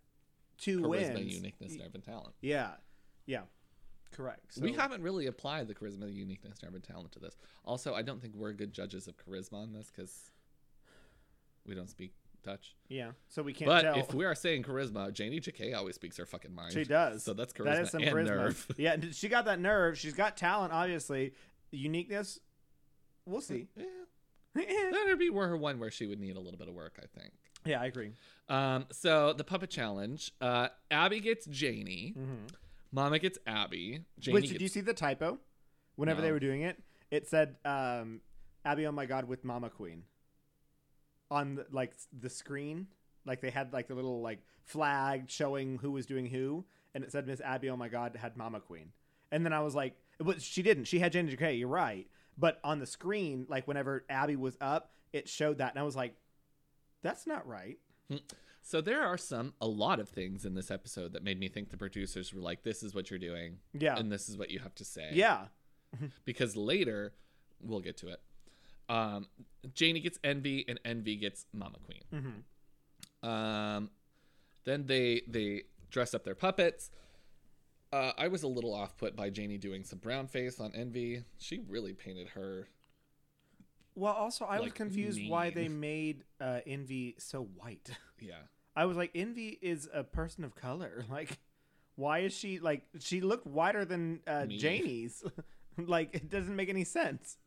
Speaker 2: two
Speaker 1: charisma,
Speaker 2: wins.
Speaker 1: uniqueness,
Speaker 2: Y-
Speaker 1: nerve, and talent.
Speaker 2: Yeah, yeah, correct.
Speaker 1: we
Speaker 2: So-
Speaker 1: haven't really applied the charisma, uniqueness, nerve, and talent to this. Also, I don't think we're good judges of charisma on this because we don't speak Dutch.
Speaker 2: yeah, so we can't
Speaker 1: But
Speaker 2: tell.
Speaker 1: if we are saying charisma, Janie Jacquet always speaks her fucking mind.
Speaker 2: she does,
Speaker 1: So that's charisma
Speaker 2: that is some
Speaker 1: and
Speaker 2: charisma.
Speaker 1: nerve.
Speaker 2: yeah, and she got that nerve. She's got talent, obviously. Uniqueness, we'll see.
Speaker 1: Yeah, that would Eh, be where her one where she would need a little bit of work, I think.
Speaker 2: yeah, I agree.
Speaker 1: Um, so the puppet challenge. Uh, Abby gets Janie.
Speaker 2: Mm-hmm.
Speaker 1: Mama gets Abby. Janie
Speaker 2: Which
Speaker 1: gets,
Speaker 2: did you see the typo? Whenever they
Speaker 1: No.
Speaker 2: were doing it, it said um, "Abby, oh my God" with Mama Queen on the, like the screen. Like they had like the little like flag showing who was doing who, and it said Miss Abby, oh my God, had Mama Queen. And then I was like, but she didn't. She had Jane Jacquet. You're right. But on the screen, like whenever Abby was up, it showed that, and I was like, that's not right.
Speaker 1: so there are some a lot of things in this episode that made me think the producers were like, "This is what you're doing,
Speaker 2: Yeah.
Speaker 1: and this is what you have to say."
Speaker 2: yeah.
Speaker 1: because later we'll get to it. Um, Janie gets Envy, and Envy gets Mama Queen.
Speaker 2: Mm-hmm.
Speaker 1: Um, then they they dress up their puppets. Uh, I was a little off put by Janie doing some brown face on Envy. She really painted her.
Speaker 2: Well, also, I was
Speaker 1: Like,
Speaker 2: confused why
Speaker 1: mean.
Speaker 2: they made uh, Envy so white.
Speaker 1: Yeah,
Speaker 2: I was like, Envy is a person of color. Like, why is she like? She looked whiter than uh,
Speaker 1: Me.
Speaker 2: Janie's. like, it doesn't make any sense.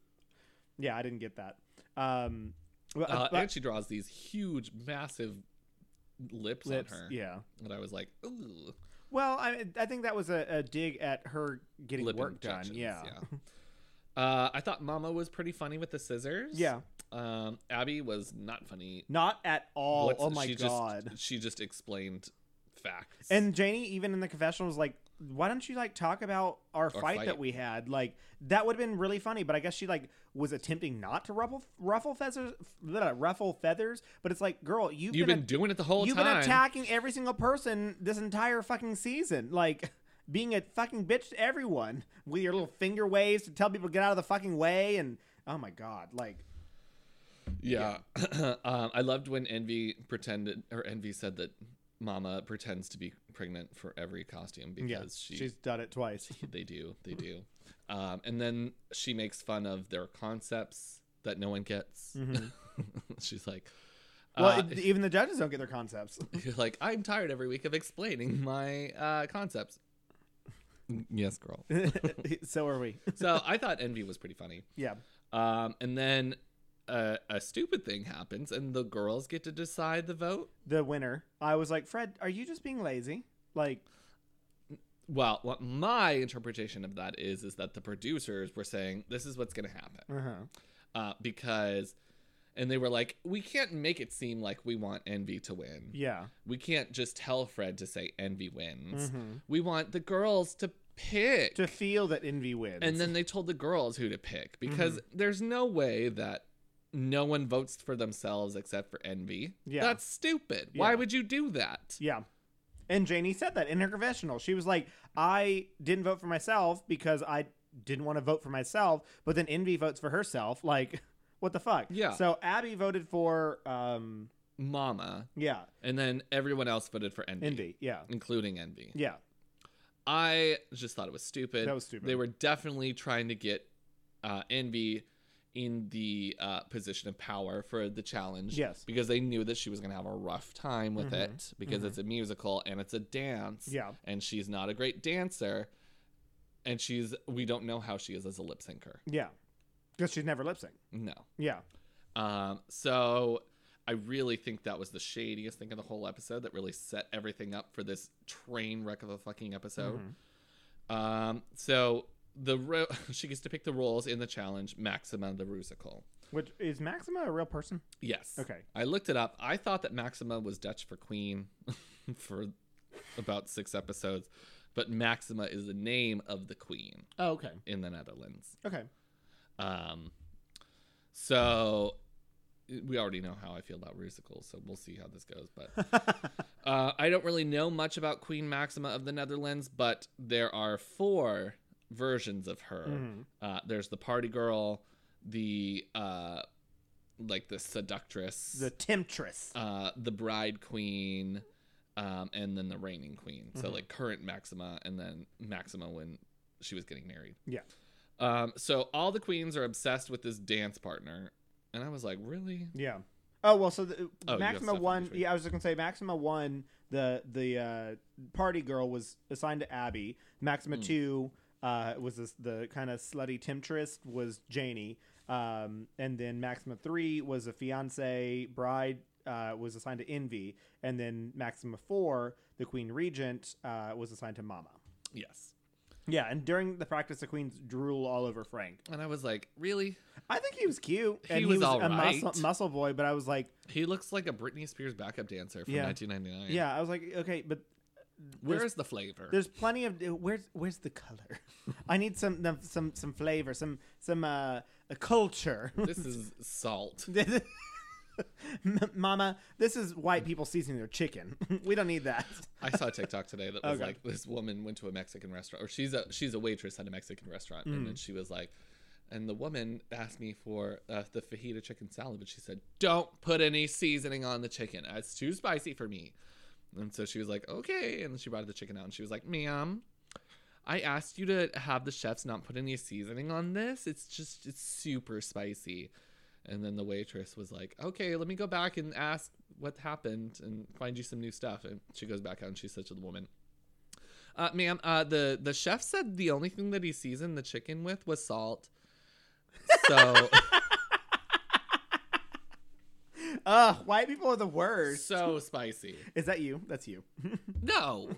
Speaker 2: Yeah, I didn't get that. Um, but,
Speaker 1: uh,
Speaker 2: but-
Speaker 1: and she draws these huge, massive lips,
Speaker 2: lips,
Speaker 1: on her.
Speaker 2: yeah.
Speaker 1: and I was like, ooh,
Speaker 2: Well, I I think that was a, a dig at her getting
Speaker 1: lip
Speaker 2: work done.
Speaker 1: injections,
Speaker 2: Yeah.
Speaker 1: yeah. Uh, I thought Mama was pretty funny with the scissors.
Speaker 2: Yeah.
Speaker 1: Um, Abby was not funny
Speaker 2: Not at all.
Speaker 1: What's-
Speaker 2: oh my
Speaker 1: she
Speaker 2: god.
Speaker 1: Just, she just explained facts.
Speaker 2: And Janie, even in the confessional, was like, "Why don't you like talk about our, fight,
Speaker 1: fight.
Speaker 2: that we had? Like that would have been really funny." But I guess she like was attempting not to ruffle ruffle feathers, blah, ruffle feathers. But it's like, girl, you've,
Speaker 1: you've
Speaker 2: been,
Speaker 1: been, doing it the whole
Speaker 2: you've
Speaker 1: time.
Speaker 2: been attacking every single person this entire fucking season, like being a fucking bitch to everyone with your little finger waves to tell people to get out of the fucking way. And oh my god, like
Speaker 1: yeah. um, I loved when Envy pretended, or Envy said that Mama pretends to be pregnant for every costume because
Speaker 2: yeah,
Speaker 1: she,
Speaker 2: she's done it twice.
Speaker 1: they do, they do. Um, and then she makes fun of their concepts that no one gets.
Speaker 2: Mhm.
Speaker 1: she's like,
Speaker 2: well,
Speaker 1: uh,
Speaker 2: it- even the judges don't get their concepts.
Speaker 1: You're like, I'm tired every week of explaining my uh, concepts. Yes, girl.
Speaker 2: so are we.
Speaker 1: so I thought Envy was pretty funny.
Speaker 2: Yeah.
Speaker 1: Um, and then uh, a stupid thing happens, and the girls get to decide the vote.
Speaker 2: the winner, I was like, Fred, are you just being lazy? Like,
Speaker 1: Well, what my interpretation of that is is that the producers were saying this is what's going to happen
Speaker 2: uh-huh.
Speaker 1: uh, because, and they were like, we can't make it seem like we want Envy to win.
Speaker 2: yeah,
Speaker 1: We can't just tell Fred to say Envy wins.
Speaker 2: Mhm.
Speaker 1: We want the girls to pick.
Speaker 2: to feel that envy wins.
Speaker 1: and then they told the girls who to pick because
Speaker 2: Mm-hmm.
Speaker 1: there's no way that no one votes for themselves except for envy
Speaker 2: Yeah.
Speaker 1: that's stupid why
Speaker 2: Yeah.
Speaker 1: would you do that
Speaker 2: yeah, and Janie said that in her confessional. She was like, I didn't vote for myself because I didn't want to vote for myself, but then envy votes for herself. Like, what the fuck?
Speaker 1: Yeah.
Speaker 2: So Abby voted for, um,
Speaker 1: mama
Speaker 2: yeah,
Speaker 1: and then everyone else voted for envy,
Speaker 2: envy. Yeah,
Speaker 1: including envy
Speaker 2: yeah,
Speaker 1: i just thought it was stupid
Speaker 2: That was stupid.
Speaker 1: they were definitely trying to get uh, envy in the uh, position of power for the challenge
Speaker 2: Yes.
Speaker 1: because they knew that she was going to have a rough time with
Speaker 2: Mhm.
Speaker 1: it because
Speaker 2: Mhm.
Speaker 1: it's a musical and it's a dance
Speaker 2: yeah,
Speaker 1: and she's not a great dancer and she's we don't know how she is as a lip syncer
Speaker 2: yeah, because she's never lip sync.
Speaker 1: no
Speaker 2: Yeah,
Speaker 1: um so i really think that was the shadiest thing of the whole episode that really set everything up for this train wreck of a fucking episode
Speaker 2: Mhm.
Speaker 1: um so the ro- she gets to pick the roles in the challenge maxima the rusical
Speaker 2: which is Maxima a real person?
Speaker 1: yes
Speaker 2: Okay.
Speaker 1: i looked it up i thought that maxima was dutch for queen for about six episodes. But Maxima is the name of the queen
Speaker 2: Oh, okay.
Speaker 1: in the Netherlands.
Speaker 2: Okay.
Speaker 1: Um, so uh, we already know how I feel about Rusical, so we'll see how this goes. But uh, I don't really know much about Queen Maxima of the Netherlands, but there are four versions of her.
Speaker 2: Mhm.
Speaker 1: Uh, there's the party girl, the uh, like the seductress,
Speaker 2: The temptress.
Speaker 1: uh, the bride queen, um, and then the reigning queen. So
Speaker 2: Mhm.
Speaker 1: like current Maxima, and then Maxima when she was getting married.
Speaker 2: Yeah.
Speaker 1: Um, so all the queens are obsessed with this dance partner, and I was like, really?
Speaker 2: Yeah. Oh well, so the,
Speaker 1: have
Speaker 2: Maxima
Speaker 1: stuff in
Speaker 2: one.
Speaker 1: between.
Speaker 2: Yeah, I was just gonna say Maxima one. The the uh, party girl was assigned to Abby. Maxima
Speaker 1: Mm.
Speaker 2: two uh, was this, the kind of slutty temptress was Janie. Um, and then Maxima three was a fiance bride. Uh, was assigned to Envy, and then Maxima four, the Queen Regent, uh, was assigned to Mama.
Speaker 1: Yes.
Speaker 2: Yeah, and during the practice, the queens drool all over Frank.
Speaker 1: And I was like, really?
Speaker 2: I think he was cute.
Speaker 1: He
Speaker 2: and
Speaker 1: was all
Speaker 2: a muscle,
Speaker 1: right.
Speaker 2: muscle boy, but I was like,
Speaker 1: He looks like a Britney Spears backup dancer from
Speaker 2: Yeah.
Speaker 1: 1999.
Speaker 2: Yeah, I was like, okay, but
Speaker 1: Where is the flavor?
Speaker 2: there's plenty of where's where's the color? I need some some- some some flavor, some some uh a culture.
Speaker 1: this is salt.
Speaker 2: M- Mama, this is white people seasoning their chicken. we don't need that.
Speaker 1: I saw a TikTok today that was
Speaker 2: Okay.
Speaker 1: like this woman went to a Mexican restaurant, or she's a she's a waitress at a Mexican restaurant, and then she was like, and the woman asked me for uh, the fajita chicken salad, but she said, "Don't put any seasoning on the chicken. It's too spicy for me." And so she was like, "Okay," and she brought the chicken out, and she was like, "Ma'am." I asked you to have the chefs not put any seasoning on this. It's just it's super spicy. And then the waitress was like, "Okay, let me go back and ask what happened and find you some new stuff." And she goes back out and she says to the woman, uh, "Ma'am, uh, the the chef said the only thing that he seasoned the chicken with was salt." So,
Speaker 2: Ugh, white people are the worst.
Speaker 1: so spicy.
Speaker 2: Is that you? That's you.
Speaker 1: No,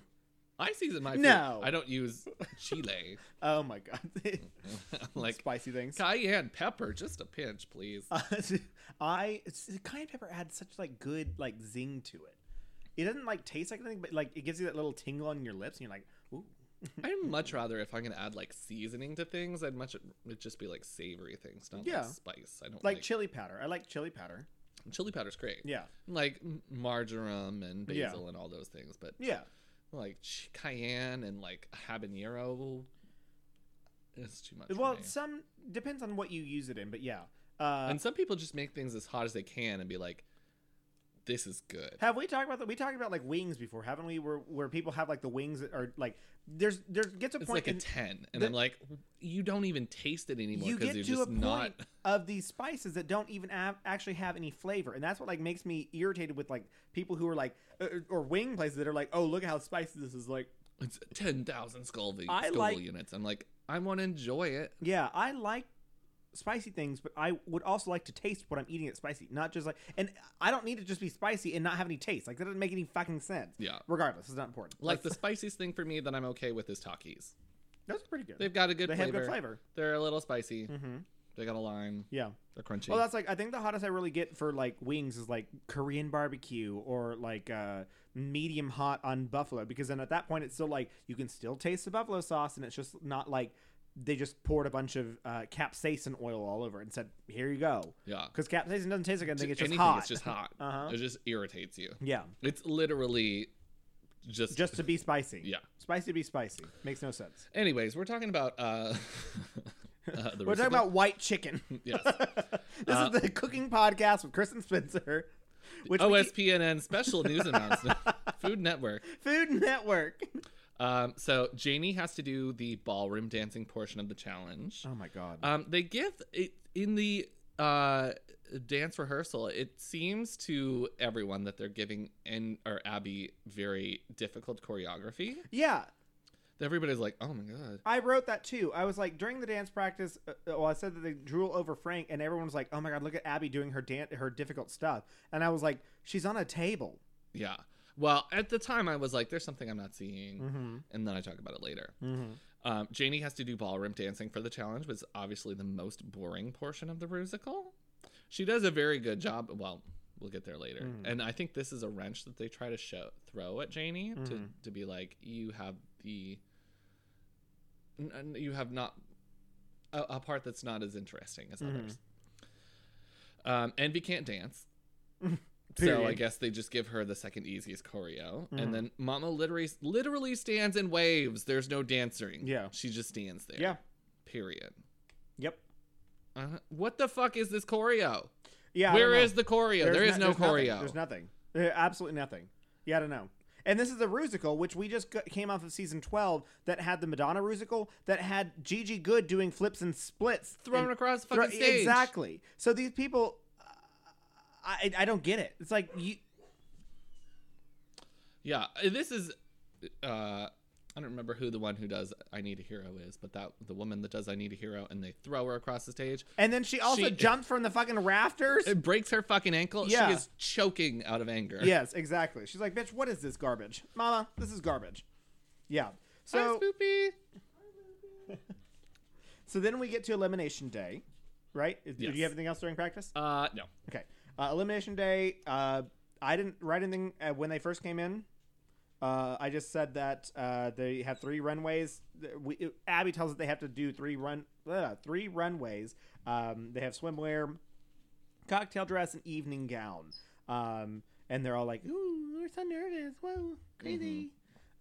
Speaker 1: I season my food.
Speaker 2: No.
Speaker 1: I don't use chile,
Speaker 2: oh my god.
Speaker 1: like
Speaker 2: spicy things.
Speaker 1: cayenne pepper, just a pinch, please.
Speaker 2: Uh, I it's, cayenne pepper adds such like good like zing to it. It doesn't like taste like anything, but like it gives you that little tingle on your lips, and you're like, ooh.
Speaker 1: I'd much rather if I'm gonna add like seasoning to things, I'd much it just be like savory things, not
Speaker 2: Yeah.
Speaker 1: like spice. I don't
Speaker 2: like
Speaker 1: like,
Speaker 2: chili powder. I like chili powder.
Speaker 1: chili powder's great.
Speaker 2: Yeah,
Speaker 1: Like m- marjoram and
Speaker 2: Yeah.
Speaker 1: basil and all those things, but
Speaker 2: yeah.
Speaker 1: like ch- cayenne and like habanero is too much. for
Speaker 2: Well,
Speaker 1: me.
Speaker 2: some depends on what you use it in, but yeah. Uh,
Speaker 1: and some people just make things as hot as they can and be like, "This is good."
Speaker 2: have we talked about that? We talked about like wings before, haven't we? Where where people have like the wings that are like there's there gets a
Speaker 1: It's
Speaker 2: point
Speaker 1: like a
Speaker 2: in-
Speaker 1: ten, and
Speaker 2: the-
Speaker 1: I'm like, you don't even taste it anymore
Speaker 2: you
Speaker 1: because
Speaker 2: get
Speaker 1: you're
Speaker 2: to a
Speaker 1: just
Speaker 2: point
Speaker 1: not.
Speaker 2: of these spices that don't even have, actually have any flavor, and that's what like makes me irritated with like people who are like uh, or wing places that are like, oh look at how spicy this is. Like,
Speaker 1: It's ten thousand Scoville,
Speaker 2: I
Speaker 1: Scoville
Speaker 2: like-
Speaker 1: units. I'm like, I want to enjoy it.
Speaker 2: yeah, I like spicy things, but I would also like to taste what I'm eating at spicy, not just like, and I don't need to just be spicy and not have any taste. Like that doesn't make any fucking sense.
Speaker 1: Yeah.
Speaker 2: Regardless, it's not important.
Speaker 1: Like the
Speaker 2: That's-
Speaker 1: spiciest thing for me that I'm okay with is Takis.
Speaker 2: those are pretty good.
Speaker 1: They've got a good
Speaker 2: They
Speaker 1: flavor.
Speaker 2: have good flavor.
Speaker 1: They're a little spicy.
Speaker 2: Mm-hmm.
Speaker 1: They got a lime.
Speaker 2: Yeah.
Speaker 1: They're crunchy.
Speaker 2: Well, that's like I think the hottest I really get for like wings is like Korean barbecue or like uh, medium hot on buffalo because then at that point it's still like you can still taste the buffalo sauce and it's just not like they just poured a bunch of uh, capsaicin oil all over it and said here you go
Speaker 1: yeah.
Speaker 2: because capsaicin doesn't taste like anything it's just
Speaker 1: Anything,
Speaker 2: hot.
Speaker 1: It's just hot.
Speaker 2: Uh-huh.
Speaker 1: It just irritates you.
Speaker 2: yeah,
Speaker 1: It's literally just.
Speaker 2: just to be spicy.
Speaker 1: Yeah.
Speaker 2: spicy to be spicy makes no sense.
Speaker 1: Anyways, we're talking about. Uh, uh, the
Speaker 2: We're talking about white chicken.
Speaker 1: Yes.
Speaker 2: this
Speaker 1: Uh,
Speaker 2: is the cooking podcast with Kristen Spencer, which we
Speaker 1: Oh,
Speaker 2: keep-
Speaker 1: OSPNN special news announcement. Food Network.
Speaker 2: Food Network.
Speaker 1: Um, so Janie has to do the ballroom dancing portion of the challenge.
Speaker 2: Oh my god.
Speaker 1: Um, they give it in the uh, dance rehearsal. It seems to everyone that they're giving and or Abby very difficult choreography.
Speaker 2: yeah,
Speaker 1: Everybody's like, "Oh my god!"
Speaker 2: I wrote that too. I was like during the dance practice. Uh, well, I said that they drool over Frank, and everyone was like, "Oh my god, look at Abby doing her dan- her difficult stuff." And I was like, "She's on a table."
Speaker 1: Yeah. Well, at the time, I was like, "There's something I'm not seeing,"
Speaker 2: Mm-hmm.
Speaker 1: and then I talk about it later.
Speaker 2: Mm-hmm.
Speaker 1: Um, Janie has to do ballroom dancing for the challenge, was obviously the most boring portion of the musical. She does a very good job. Well, We'll get there later.
Speaker 2: Mhm.
Speaker 1: And I think this is a wrench that they try to show throw at Janie to
Speaker 2: Mhm.
Speaker 1: to be like, you have the, n- n- you have not a, a part that's not as interesting as
Speaker 2: Mhm.
Speaker 1: others. Um, Envy can't dance. So I
Speaker 2: Period.
Speaker 1: guess they just give her the second easiest choreo,
Speaker 2: Mhm.
Speaker 1: and then Mama literally literally stands and waves. There's no dancing.
Speaker 2: Yeah.
Speaker 1: she just stands there.
Speaker 2: Yeah.
Speaker 1: period.
Speaker 2: Yep.
Speaker 1: Uh, what the fuck is this choreo?
Speaker 2: Yeah. I
Speaker 1: Where
Speaker 2: don't know.
Speaker 1: is the choreo? There
Speaker 2: There's
Speaker 1: is
Speaker 2: no-
Speaker 1: no,
Speaker 2: there's nothing.
Speaker 1: choreo.
Speaker 2: There's nothing. Uh, Absolutely nothing. Yeah, I don't know. And this is the Rusical, which we just got, came off of season 12 that had the Madonna Rusical that had Gigi Good doing flips and splits.
Speaker 1: Thrown
Speaker 2: and
Speaker 1: across the
Speaker 2: thro-
Speaker 1: fucking stage.
Speaker 2: Exactly. So these people, uh, I, I don't get it. It's like, you,
Speaker 1: Yeah, uh, this is. Uh, I don't remember who the one who does "I Need a Hero" is, but that the woman that does "I Need a Hero" and they throw her across the stage.
Speaker 2: and then she also
Speaker 1: She-
Speaker 2: jumped from the fucking rafters.
Speaker 1: It breaks her fucking ankle.
Speaker 2: Yeah.
Speaker 1: She is choking out of anger.
Speaker 2: yes, exactly. She's like, bitch, what is this garbage? Mama, this is garbage. Yeah.
Speaker 1: Hi,
Speaker 2: So,
Speaker 1: Spoopy.
Speaker 2: so then we get to Elimination Day, right? Is- Do
Speaker 1: Yes.
Speaker 2: you have anything else during practice?
Speaker 1: Uh, no.
Speaker 2: Okay. Uh, Elimination Day. Uh, I didn't write anything uh, when they first came in. Uh, I just said that uh, they had three runways. Th- We, Abby tells us they have to do three run uh, three runways. Um, they have swimwear, cocktail dress, and evening gown. Um, and they're all like, "Ooh, we're so nervous. Whoa, crazy."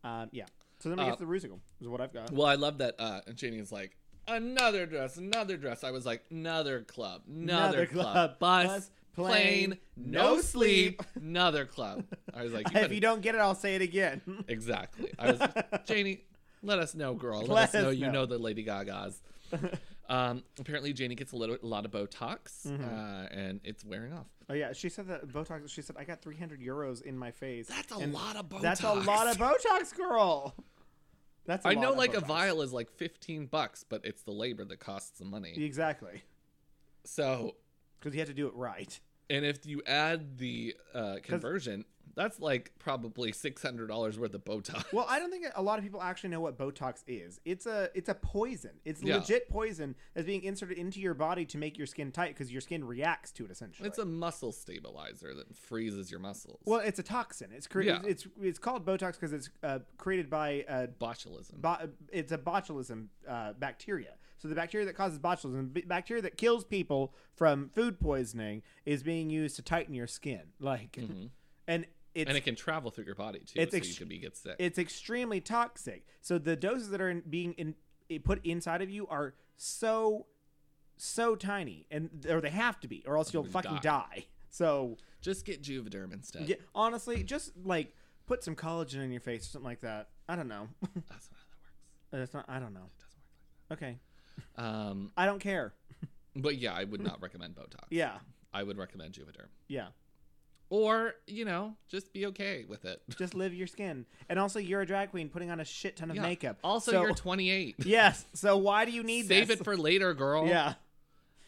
Speaker 2: Um, yeah. So then
Speaker 1: Mm-hmm.
Speaker 2: we
Speaker 1: Uh,
Speaker 2: get to the Rusical. Is what I've got.
Speaker 1: Well, I love that. Uh, Janie is like another dress, another dress. I was like, another club, another,
Speaker 2: Another
Speaker 1: club,
Speaker 2: club.
Speaker 1: bus,
Speaker 2: Bus,
Speaker 1: plane,
Speaker 2: plane,
Speaker 1: no
Speaker 2: no
Speaker 1: sleep, another club. I was like,
Speaker 2: if
Speaker 1: better-
Speaker 2: you don't get it, I'll say it again.
Speaker 1: Exactly. I was Janie, let us know, girl. Let,
Speaker 2: Let
Speaker 1: us know
Speaker 2: us
Speaker 1: you
Speaker 2: know.
Speaker 1: know the Lady Gagas. um, apparently, Janie gets a, little, a lot of Botox,
Speaker 2: Mm-hmm.
Speaker 1: uh, and it's wearing off.
Speaker 2: oh yeah, she said that Botox. She said I got 300 euros in my face.
Speaker 1: That's a
Speaker 2: And-
Speaker 1: lot of Botox.
Speaker 2: That's a lot of Botox, girl. That's a
Speaker 1: I know,
Speaker 2: lot of
Speaker 1: like a
Speaker 2: Botox.
Speaker 1: vial is like fifteen bucks, but it's the labor that costs the money.
Speaker 2: Exactly,
Speaker 1: So,
Speaker 2: because you have to do it right.
Speaker 1: and if you add the uh, conversion, that's like probably six hundred dollars worth of Botox.
Speaker 2: Well, I don't think a lot of people actually know what Botox is. It's a it's a poison. It's
Speaker 1: Yeah.
Speaker 2: legit poison that's being inserted into your body to make your skin tight because your skin reacts to it essentially.
Speaker 1: It's a muscle stabilizer that freezes your muscles.
Speaker 2: well, it's a toxin. It's cre-
Speaker 1: Yeah.
Speaker 2: it's it's called Botox because it's uh, created by uh,
Speaker 1: Botulism.
Speaker 2: bo- it's a botulism uh, bacteria. So the bacteria that causes botulism, b- bacteria that kills people from food poisoning, is being used to tighten your skin. Like, and it's
Speaker 1: Mm-hmm. and it can travel through your body too,
Speaker 2: It's
Speaker 1: so you
Speaker 2: ext-
Speaker 1: could be get sick.
Speaker 2: it's extremely toxic. So the doses that are in, being in, it put inside of you are so so tiny, and or they have to be, or else you'll
Speaker 1: gonna die.
Speaker 2: fucking
Speaker 1: Uh.
Speaker 2: die. So
Speaker 1: Just get Juvederm instead.
Speaker 2: yeah, honestly, just like put some collagen in your face or something like that. I don't know.
Speaker 1: That's not how that works.
Speaker 2: That's not. I don't know.
Speaker 1: It doesn't work like
Speaker 2: Okay,
Speaker 1: that. Um,
Speaker 2: I don't care.
Speaker 1: but yeah, I would not recommend Botox.
Speaker 2: Yeah,
Speaker 1: I would recommend Juvederm.
Speaker 2: yeah.
Speaker 1: Or, you know, just be okay with it.
Speaker 2: Just live your skin, and also you're a drag queen putting on a shit ton of
Speaker 1: Yeah.
Speaker 2: makeup.
Speaker 1: Also,
Speaker 2: So-
Speaker 1: you're 28.
Speaker 2: yes. So why do you need
Speaker 1: Save
Speaker 2: this?
Speaker 1: it for later, girl.
Speaker 2: yeah.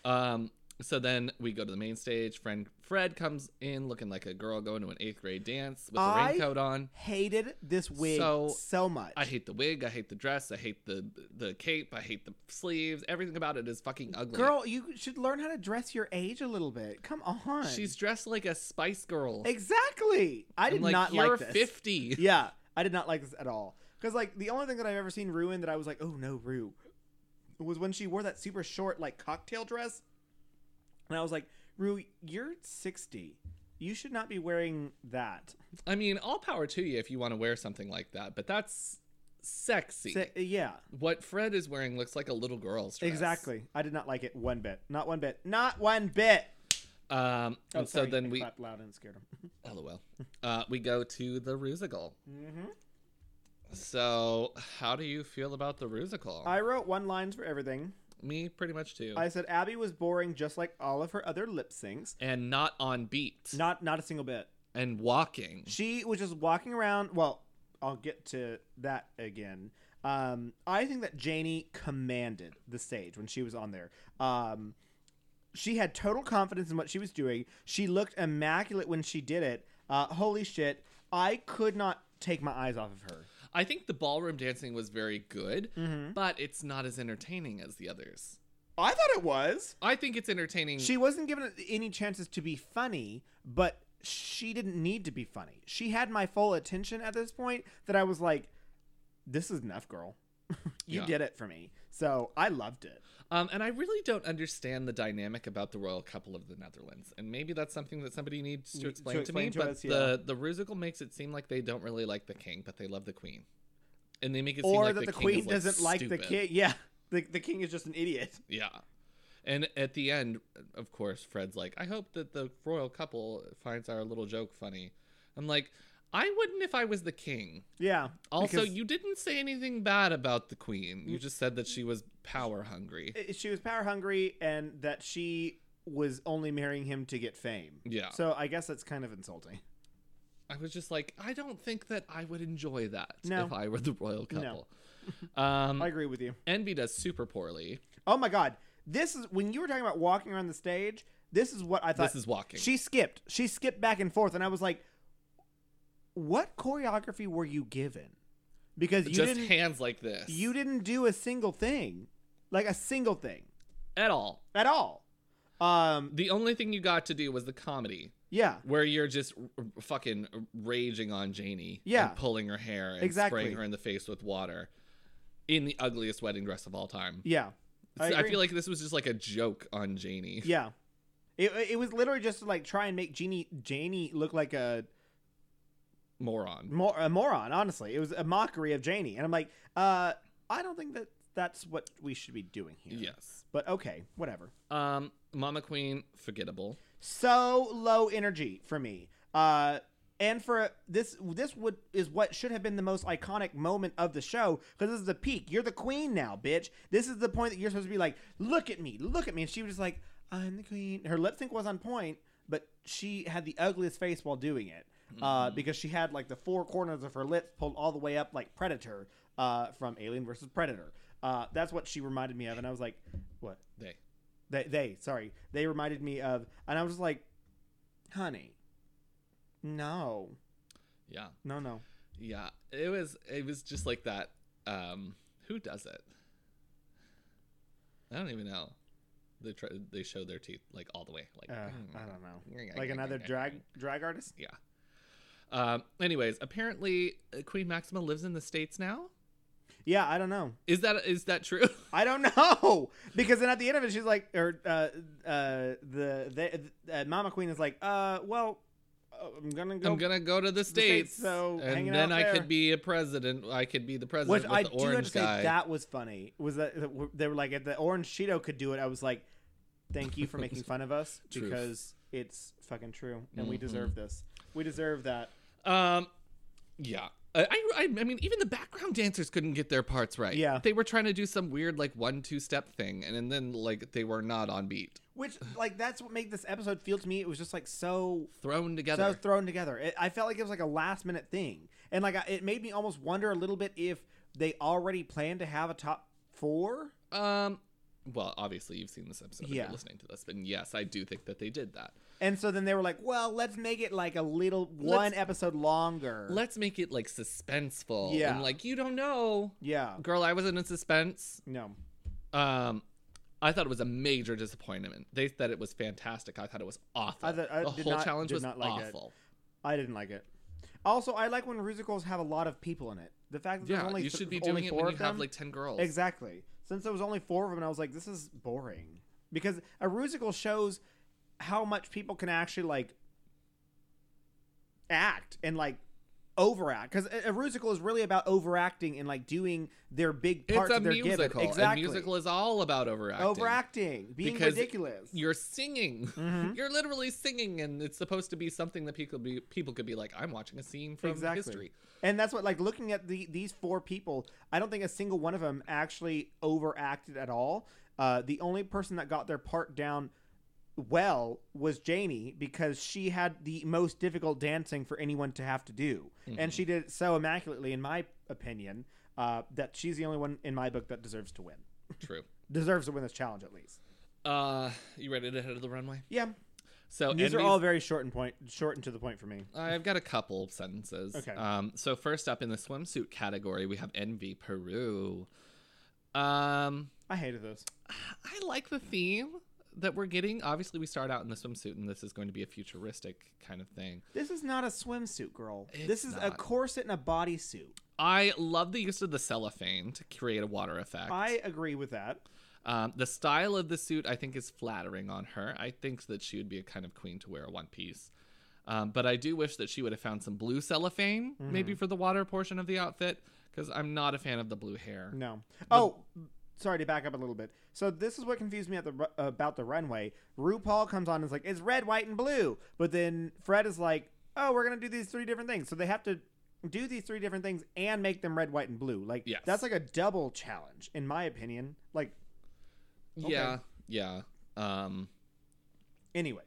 Speaker 1: Um, so then we go to the main stage. Friend Fred comes in looking like a girl going to an eighth grade dance with a
Speaker 2: I-
Speaker 1: raincoat on.
Speaker 2: Hated this wig
Speaker 1: So,
Speaker 2: so, much.
Speaker 1: I hate the wig. I hate the dress. I hate the the cape. I hate the sleeves. Everything about it is fucking ugly.
Speaker 2: Girl, you should learn how to dress your age a little bit. Come on.
Speaker 1: she's dressed like a Spice Girl.
Speaker 2: exactly. I
Speaker 1: I'm
Speaker 2: did
Speaker 1: like,
Speaker 2: not
Speaker 1: you're
Speaker 2: like this.
Speaker 1: 50.
Speaker 2: Yeah, I did not like this at all. Because like the only thing that I've ever seen Rue in that I was like, oh no, Rue, was when she wore that super short like cocktail dress, and I was like, Rue, you're sixty. You should not be wearing that.
Speaker 1: I mean, all power to you if you want to wear something like that, but that's sexy.
Speaker 2: Se- yeah,
Speaker 1: what Fred is wearing looks like a little girl's dress.
Speaker 2: exactly. I did not like it one bit. Not one bit. Not one bit.
Speaker 1: Um,
Speaker 2: Oh,
Speaker 1: and so
Speaker 2: sorry,
Speaker 1: then
Speaker 2: I
Speaker 1: we,
Speaker 2: clapped loud and scared him.
Speaker 1: lol, uh, we go to the Rusical.
Speaker 2: mm-hmm.
Speaker 1: So, how do you feel about the Rusical?
Speaker 2: I wrote one lines for everything.
Speaker 1: Me, pretty much too,
Speaker 2: I said Abby was boring, just like all of her other lip syncs.
Speaker 1: and not on beat,
Speaker 2: Not not a single bit.
Speaker 1: and walking.
Speaker 2: She was just walking around. Well, I'll get to that again. Um, I think that Janie commanded the stage when she was on there. Um, she had total confidence in what she was doing. She looked immaculate when she did it. Uh, holy shit! I could not take my eyes off of her.
Speaker 1: I think the ballroom dancing was very good,
Speaker 2: Mm-hmm.
Speaker 1: but it's not as entertaining as the others.
Speaker 2: I thought it was.
Speaker 1: I think it's entertaining.
Speaker 2: She wasn't given any chances to be funny, but she didn't need to be funny. She had my full attention at this point that I was like, this is enough, girl. you
Speaker 1: Yeah.
Speaker 2: did it for me. So I loved it.
Speaker 1: Um, and I really don't understand the dynamic about the royal couple of the Netherlands, and maybe that's something that somebody needs
Speaker 2: Need
Speaker 1: to
Speaker 2: to
Speaker 1: explain to, me.
Speaker 2: explain to
Speaker 1: but
Speaker 2: us, yeah.
Speaker 1: the the Rusical makes it seem like they don't really like the king, but they love the queen, and they make it seem
Speaker 2: Or
Speaker 1: like
Speaker 2: that
Speaker 1: the,
Speaker 2: the,
Speaker 1: king
Speaker 2: queen
Speaker 1: is,
Speaker 2: doesn't like the
Speaker 1: stupid.
Speaker 2: king. Yeah. The, the king is just an idiot.
Speaker 1: Yeah. And at the end, of course, Fred's like, I hope that the royal couple finds our little joke funny. I'm like, I wouldn't if I was the king.
Speaker 2: Yeah.
Speaker 1: Also,
Speaker 2: because Mm.
Speaker 1: you didn't say anything bad about the queen. You just said that she was power hungry.
Speaker 2: i- she was power hungry and that she was only marrying him to get fame.
Speaker 1: Yeah.
Speaker 2: So I guess that's kind of insulting.
Speaker 1: I was just like, I don't think that I would enjoy that
Speaker 2: No.
Speaker 1: if I were the royal
Speaker 2: No.
Speaker 1: couple. um,
Speaker 2: I agree with you.
Speaker 1: Envy does super poorly.
Speaker 2: Oh my god. This is when you were talking about walking around the stage, this is what I thought
Speaker 1: This is walking.
Speaker 2: She skipped. She skipped back and forth, and I was like, "What choreography were you given?" Because you
Speaker 1: just
Speaker 2: didn't
Speaker 1: hands like this.
Speaker 2: you didn't do a single thing, like a single thing
Speaker 1: at all.
Speaker 2: at all. Um,
Speaker 1: The only thing you got to do was the comedy.
Speaker 2: yeah,
Speaker 1: where you're just r- r- fucking raging on Janie,
Speaker 2: Yeah.
Speaker 1: and pulling her hair and
Speaker 2: Exactly.
Speaker 1: spraying her in the face with water in the ugliest wedding dress of all time.
Speaker 2: yeah.
Speaker 1: So I,
Speaker 2: agree.
Speaker 1: feel like this was just like a joke on Janie.
Speaker 2: yeah, it it was literally just to like try and make Jeannie Janie look like a
Speaker 1: moron.
Speaker 2: mor- a moron. Honestly, it was a mockery of Janie, and I'm like, uh, I don't think that that's what we should be doing here.
Speaker 1: Yes.
Speaker 2: but okay, whatever.
Speaker 1: Um, Mama Queen, forgettable.
Speaker 2: so low energy for me. Uh, and for this, this would is what should have been the most iconic moment of the show because this is the peak. You're the queen now, bitch. This is the point that you're supposed to be like, look at me, look at me. And she was just like, I'm the queen. Her lip sync was on point, but she had the ugliest face while doing it uh, because she had like the four corners of her lips pulled all the way up like Predator uh, from Alien versus Predator. Uh, that's what she reminded me of, and I was like, what?
Speaker 1: They.
Speaker 2: they they sorry they reminded me of and i was like honey no
Speaker 1: Yeah.
Speaker 2: no no
Speaker 1: Yeah. It was it was just like that. Um, who does it? I don't even know. They try, they show their teeth like all the way. Like mm.
Speaker 2: uh, i don't know
Speaker 1: know.
Speaker 2: like another drag drag artist
Speaker 1: Yeah. Um, anyways, apparently uh, Queen Maxima lives in the states now.
Speaker 2: yeah i don't know
Speaker 1: Is that is that true?
Speaker 2: i don't know because then at the end of it she's like or uh uh the, the uh, mama queen is like uh well uh, i'm gonna go
Speaker 1: I'm gonna go to the
Speaker 2: States,
Speaker 1: states,
Speaker 2: so hanging
Speaker 1: and then
Speaker 2: out
Speaker 1: I
Speaker 2: there.
Speaker 1: could be a president. I could be the president
Speaker 2: which
Speaker 1: with
Speaker 2: i
Speaker 1: the
Speaker 2: do have
Speaker 1: orange
Speaker 2: to say
Speaker 1: guy.
Speaker 2: that was funny was that that w- they were like if the orange cheeto could do it i was like thank you for making fun of us
Speaker 1: Truth.
Speaker 2: because it's fucking true and we
Speaker 1: Mhm.
Speaker 2: deserve this we deserve that
Speaker 1: Um, yeah. I, I, I mean, even the background dancers couldn't get their parts right.
Speaker 2: Yeah.
Speaker 1: They were trying to do some weird, like, one two step thing, and, and then, like, they were not on beat.
Speaker 2: Which, like, that's what made this episode feel to me. It was just like so,
Speaker 1: Thrown together.
Speaker 2: so thrown together. It, I felt like it was like a last minute thing, and like I, it made me almost wonder a little bit if they already planned to have a top four.
Speaker 1: um, well, obviously, you've seen this episode if
Speaker 2: Yeah.
Speaker 1: you're listening to this, but yes, I do think that they did that.
Speaker 2: And so then they were like, "Well, let's make it like a little one
Speaker 1: Let's-
Speaker 2: episode longer."
Speaker 1: Let's make it, like, suspenseful.
Speaker 2: Yeah.
Speaker 1: And, like, you don't know.
Speaker 2: yeah,
Speaker 1: Girl, I wasn't in suspense.
Speaker 2: no,
Speaker 1: Um, I thought it was a major disappointment. They said it was fantastic. I thought it was awful.
Speaker 2: I thought- I
Speaker 1: the
Speaker 2: did
Speaker 1: whole
Speaker 2: not-
Speaker 1: challenge
Speaker 2: did
Speaker 1: was
Speaker 2: not like it.
Speaker 1: awful.
Speaker 2: I didn't like it. Also, I like when musicals have a lot of people in it. The fact that
Speaker 1: Yeah,
Speaker 2: there's only
Speaker 1: you
Speaker 2: th-
Speaker 1: should be
Speaker 2: only
Speaker 1: doing it
Speaker 2: four
Speaker 1: when
Speaker 2: of
Speaker 1: you have
Speaker 2: them-
Speaker 1: like ten girls.
Speaker 2: Exactly. Since there was only four of them, and I was like, this is boring because a musical shows how much people can actually like act and like overact because a, a musical is really about overacting and like doing their big parts
Speaker 1: It's a
Speaker 2: that they're
Speaker 1: musical.
Speaker 2: given.
Speaker 1: and
Speaker 2: Exactly.
Speaker 1: musical is all about overacting.
Speaker 2: overacting, being
Speaker 1: Because
Speaker 2: ridiculous.
Speaker 1: You're singing.
Speaker 2: Mhm.
Speaker 1: You're literally singing, and it's supposed to be something that people be people could be like, "I'm watching a scene from
Speaker 2: Exactly.
Speaker 1: history."
Speaker 2: And that's what, like, looking at the these four people, I don't think a single one of them actually overacted at all. Uh, the only person that got their part down well was Janie because she had the most difficult dancing for anyone to have to do, and she did it so immaculately, in my opinion, uh, that she's the only one in my book that deserves to win,
Speaker 1: True.
Speaker 2: deserves to win this challenge at least.
Speaker 1: Uh, you ready to head to the runway?
Speaker 2: Yeah,
Speaker 1: So
Speaker 2: these are
Speaker 1: Envy's-
Speaker 2: all very short and point, short and to the point for me.
Speaker 1: I've got a couple sentences.
Speaker 2: Okay.
Speaker 1: Um, so first up in the swimsuit category, we have Envy Peru. Um,
Speaker 2: I hated those.
Speaker 1: I like the theme. that we're getting. Obviously, we start out in the swimsuit, and this is going to be a futuristic kind of thing.
Speaker 2: This is not a swimsuit, girl.
Speaker 1: It's
Speaker 2: this is a
Speaker 1: not.
Speaker 2: corset and a bodysuit.
Speaker 1: I love the use of the cellophane to create a water effect.
Speaker 2: I agree with that.
Speaker 1: Um, the style of the suit, I think, is flattering on her. I think that she would be a kind of queen to wear a one piece. Um, but I do wish that she would have found some blue cellophane,
Speaker 2: Mm-hmm.
Speaker 1: maybe for the water portion of the outfit, because I'm not a fan of the blue hair.
Speaker 2: No. Oh, sorry to back up a little bit. So this is what confused me at the ru- about the runway. RuPaul comes on and is like, "It's red, white, and blue," but then Fred is like, "Oh, we're gonna do these three different things." So they have to do these three different things and make them red, white, and blue. Like
Speaker 1: Yes.
Speaker 2: that's like a double challenge, in my opinion. Like, Okay.
Speaker 1: Yeah, yeah. Um,
Speaker 2: anyways,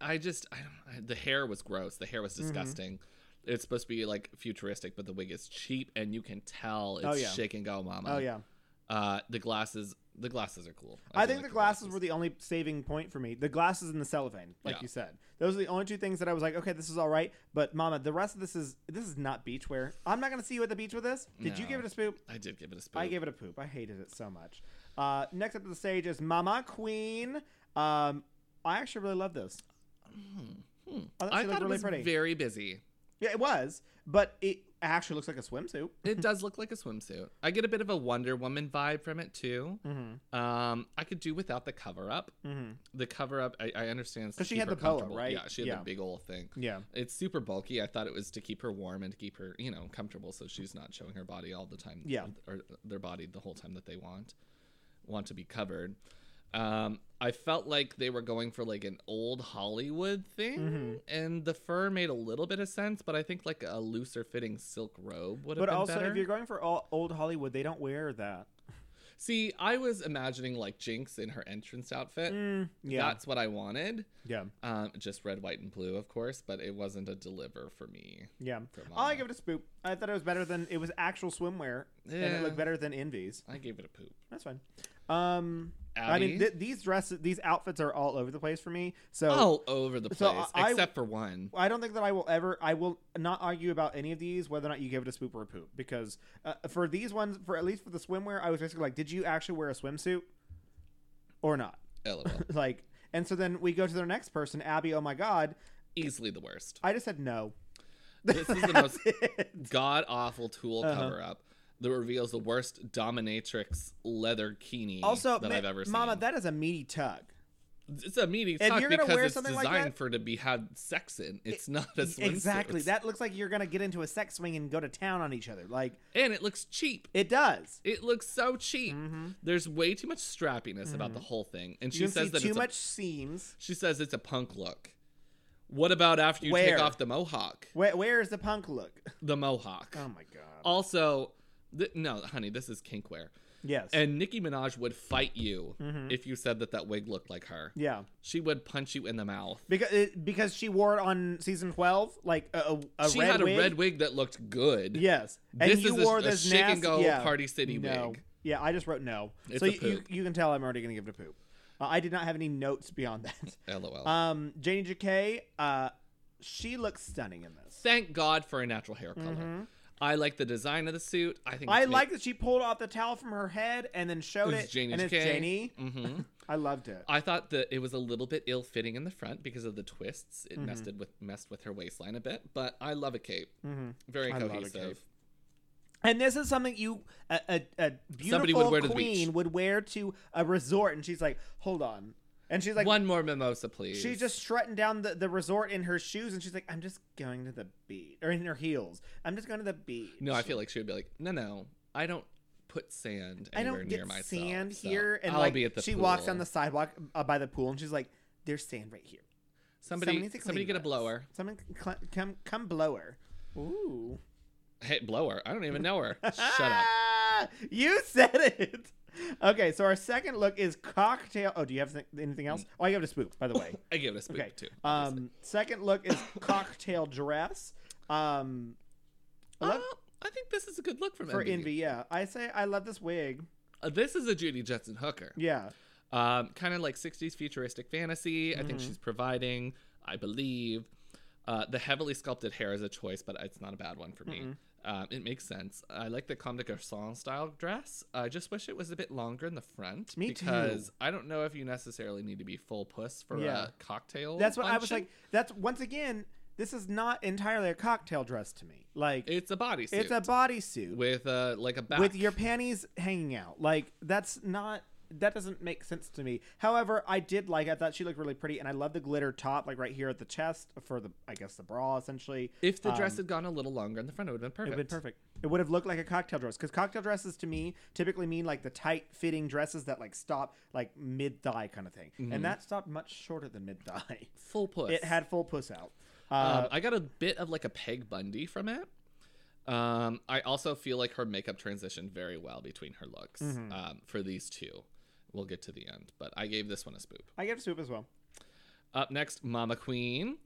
Speaker 1: I just, I don't, I, the hair was gross. The hair was
Speaker 2: Mm-hmm.
Speaker 1: disgusting. It's supposed to be like futuristic, but the wig is cheap, and you can tell it's
Speaker 2: Oh, yeah.
Speaker 1: shake and go, mama.
Speaker 2: oh yeah,
Speaker 1: Uh, the glasses, the glasses are cool.
Speaker 2: I,
Speaker 1: do
Speaker 2: think
Speaker 1: like
Speaker 2: the glasses, were the only saving point for me. The glasses and the cellophane, like
Speaker 1: Yeah.
Speaker 2: you said, those are the only two things that I was like, okay, this is all right. But Mama, the rest of this is this is not beach wear. I'm not gonna see you at the beach with this. Did you
Speaker 1: No.
Speaker 2: give it a spoop?
Speaker 1: I did give it a spin.
Speaker 2: I gave it a poop. I hated it so much. Uh, next up to the stage is Mama Queen. Um, I actually really love this. Oh, I thought
Speaker 1: Hmm, I
Speaker 2: she
Speaker 1: thought
Speaker 2: looked
Speaker 1: it
Speaker 2: really
Speaker 1: was
Speaker 2: pretty.
Speaker 1: very busy.
Speaker 2: Yeah, it was, but it actually looks like a swimsuit.
Speaker 1: It does look like a swimsuit. I get a bit of a Wonder Woman vibe from it too.
Speaker 2: Mm-hmm.
Speaker 1: Um, I could do without the cover up. The cover up, I, I understand, it's to
Speaker 2: 'Cause Mm-hmm. she
Speaker 1: keep
Speaker 2: had
Speaker 1: her
Speaker 2: the polo,
Speaker 1: comfortable.
Speaker 2: right?
Speaker 1: Yeah, she had
Speaker 2: Yeah.
Speaker 1: the big old thing.
Speaker 2: Yeah.
Speaker 1: It's super bulky. I thought it was to keep her warm and to keep her, you know, comfortable, so she's not showing her body all the time.
Speaker 2: Yeah.
Speaker 1: or their body the whole time that they want want to be covered. Um, I felt like they were going for like an old Hollywood thing,
Speaker 2: Mm-hmm.
Speaker 1: and the fur made a little bit of sense, but I think like a looser fitting silk robe would have
Speaker 2: But
Speaker 1: been
Speaker 2: also,
Speaker 1: better.
Speaker 2: if you're going for all, old Hollywood, they don't wear that.
Speaker 1: See, I was imagining like Jinx in her entrance outfit.
Speaker 2: Mm, Hmm, yeah.
Speaker 1: That's what I wanted.
Speaker 2: Yeah.
Speaker 1: Um, just red, white, and blue, of course, but it wasn't a deliver for me.
Speaker 2: Yeah.
Speaker 1: For
Speaker 2: I
Speaker 1: Mama.
Speaker 2: give it a spoop. I thought it was better than it was actual swimwear, and
Speaker 1: Yeah.
Speaker 2: it looked better than Envy's.
Speaker 1: I gave it a poop.
Speaker 2: That's fine. Um, I mean,
Speaker 1: Abby?
Speaker 2: th- these dresses, these outfits are all over the place for me. So
Speaker 1: All over the place,
Speaker 2: so I-
Speaker 1: except for one.
Speaker 2: I don't think that I will ever. I will not argue about any of these, whether or not you give it a spoop or a poop, because uh, for these ones, for at least for the swimwear, I was basically like, did you actually wear a swimsuit or not?
Speaker 1: LOL.
Speaker 2: Like, and so then we go to their next person, Abby. Oh my god,
Speaker 1: Easily the worst.
Speaker 2: I just said no.
Speaker 1: This is the
Speaker 2: That's
Speaker 1: most
Speaker 2: it.
Speaker 1: god awful tool
Speaker 2: Uh-huh.
Speaker 1: cover up that reveals the worst dominatrix leather kini
Speaker 2: Also,
Speaker 1: that
Speaker 2: ma-
Speaker 1: I've ever seen.
Speaker 2: Mama, that is a meaty tug.
Speaker 1: it's a meaty
Speaker 2: If
Speaker 1: tuck
Speaker 2: you're gonna
Speaker 1: because
Speaker 2: wear
Speaker 1: it's
Speaker 2: something
Speaker 1: designed
Speaker 2: like that-
Speaker 1: for to be had sex in. It's not a swimsuit.
Speaker 2: E, Exactly. That looks like you're gonna get into a sex swing and go to town on each other. Like
Speaker 1: and it looks cheap.
Speaker 2: it does.
Speaker 1: It looks so cheap. There's way too much strappiness about the whole thing, and she
Speaker 2: Mm-hmm. you can
Speaker 1: says
Speaker 2: see
Speaker 1: that
Speaker 2: too
Speaker 1: it's
Speaker 2: much
Speaker 1: A,
Speaker 2: seams.
Speaker 1: she says it's a punk look. What about after you
Speaker 2: Where?
Speaker 1: take off the mohawk?
Speaker 2: Where, where is the punk look?
Speaker 1: The mohawk.
Speaker 2: Oh my
Speaker 1: Um,
Speaker 2: god.
Speaker 1: also, th- no, honey, this is kinkwear.
Speaker 2: Yes.
Speaker 1: And Nicki Minaj would fight you
Speaker 2: Mm-hmm.
Speaker 1: if you said that that wig looked like her.
Speaker 2: yeah.
Speaker 1: She would punch you in the mouth.
Speaker 2: because it, because she wore it on season 12 like a, a, a
Speaker 1: she
Speaker 2: red
Speaker 1: had a
Speaker 2: wig.
Speaker 1: red wig that looked good.
Speaker 2: yes and
Speaker 1: This
Speaker 2: you
Speaker 1: is a-
Speaker 2: wore
Speaker 1: a
Speaker 2: this
Speaker 1: shake and
Speaker 2: nasty-
Speaker 1: go
Speaker 2: yeah.
Speaker 1: Party City
Speaker 2: no.
Speaker 1: wig.
Speaker 2: yeah i just wrote no
Speaker 1: It's
Speaker 2: so
Speaker 1: a
Speaker 2: you, you,
Speaker 1: poop.
Speaker 2: you can tell i'm already gonna give it a poop uh, i did not have any notes beyond that
Speaker 1: LOL.
Speaker 2: um janie jk uh she looks stunning in this
Speaker 1: Thank God for a natural hair color. I like the design of the suit. I think
Speaker 2: mm-hmm. i
Speaker 1: it's made-
Speaker 2: like that she pulled off the towel from her head and then showed
Speaker 1: It's
Speaker 2: it,
Speaker 1: Janie
Speaker 2: and it's
Speaker 1: JK.
Speaker 2: janie
Speaker 1: Mhm.
Speaker 2: i loved it
Speaker 1: I thought that it was a little bit ill fitting in the front because of the twists. It
Speaker 2: Mm-hmm.
Speaker 1: nested with messed with her waistline a bit, but I love a cape. Very
Speaker 2: Mm-hmm. I love a
Speaker 1: cohesive.
Speaker 2: cape. And this is something you a, a, a beautiful
Speaker 1: Somebody would wear to the
Speaker 2: queen
Speaker 1: beach.
Speaker 2: would wear to a resort, and she's like, "Hold on," and she's like,
Speaker 1: One more mimosa, please.
Speaker 2: she's just strutting down the, the resort in her shoes, and she's like, "I'm just going to the beach," or in her heels. I'm just going to the beach.
Speaker 1: No, I feel like she would be like, no, no, I don't put sand.
Speaker 2: I
Speaker 1: Anywhere
Speaker 2: don't
Speaker 1: near
Speaker 2: get
Speaker 1: myself,
Speaker 2: sand
Speaker 1: so
Speaker 2: here, and
Speaker 1: I'll
Speaker 2: like
Speaker 1: be at the
Speaker 2: she walks down
Speaker 1: pool."
Speaker 2: the sidewalk uh, by the pool, and she's like, "There's sand right here." Someone
Speaker 1: Somebody,
Speaker 2: needs to
Speaker 1: somebody,
Speaker 2: clean
Speaker 1: get a
Speaker 2: this.
Speaker 1: blower.
Speaker 2: Someone c- cl- come come blow her. Ooh.
Speaker 1: Hey, blower. I don't even know her. Shut up.
Speaker 2: Ah, You said it. Okay, so our second look is cocktail. Oh, do you have th- anything else? Oh, I have a spook, by the way.
Speaker 1: I give it a spook
Speaker 2: Okay.
Speaker 1: too. obviously.
Speaker 2: Um, second look is cocktail dress. Um, I love-
Speaker 1: Uh, I think this is a good look from
Speaker 2: for
Speaker 1: Envy.
Speaker 2: envy, yeah. I say I love this wig.
Speaker 1: Uh, this is a Judy Jetson Hooker.
Speaker 2: Yeah,
Speaker 1: Um, kind of like 60s futuristic fantasy. I
Speaker 2: Mm-hmm.
Speaker 1: think she's providing, I believe. Uh, the heavily sculpted hair is a choice, but it's not a bad one for me.
Speaker 2: Mm-hmm.
Speaker 1: Um, it makes sense. I like the Comme des Garçons style dress. I just wish it was a bit longer in the front.
Speaker 2: Me too.
Speaker 1: because I don't know if you necessarily need to be full puss for
Speaker 2: Yeah.
Speaker 1: a cocktail.
Speaker 2: That's what I was
Speaker 1: function.
Speaker 2: like. That's once again, this is not entirely a cocktail dress to me. Like
Speaker 1: It's a bodysuit.
Speaker 2: it's a bodysuit with,
Speaker 1: with uh like a back.
Speaker 2: your panties hanging out. Like that's not that doesn't make sense to me. However, I did like. I thought she looked really pretty, and I love the glitter top, like right here at the chest for the I guess the bra essentially.
Speaker 1: if the dress
Speaker 2: um,
Speaker 1: had gone a little longer in the front, it would have been perfect.
Speaker 2: It would perfect. It would have looked like a cocktail dress because cocktail dresses to me typically mean like the tight fitting dresses that like stop like mid thigh kind of thing,
Speaker 1: Mm-hmm.
Speaker 2: and that stopped much shorter than mid thigh.
Speaker 1: Full puss.
Speaker 2: It had full puss out. Uh,
Speaker 1: Um, I got a bit of like a Peg Bundy from it. Um, I also feel like her makeup transitioned very well between her looks
Speaker 2: Mm-hmm.
Speaker 1: um, for these two. We'll get to the end, but I gave this one a spoop.
Speaker 2: I give soup as well.
Speaker 1: Up next, Mama Queen.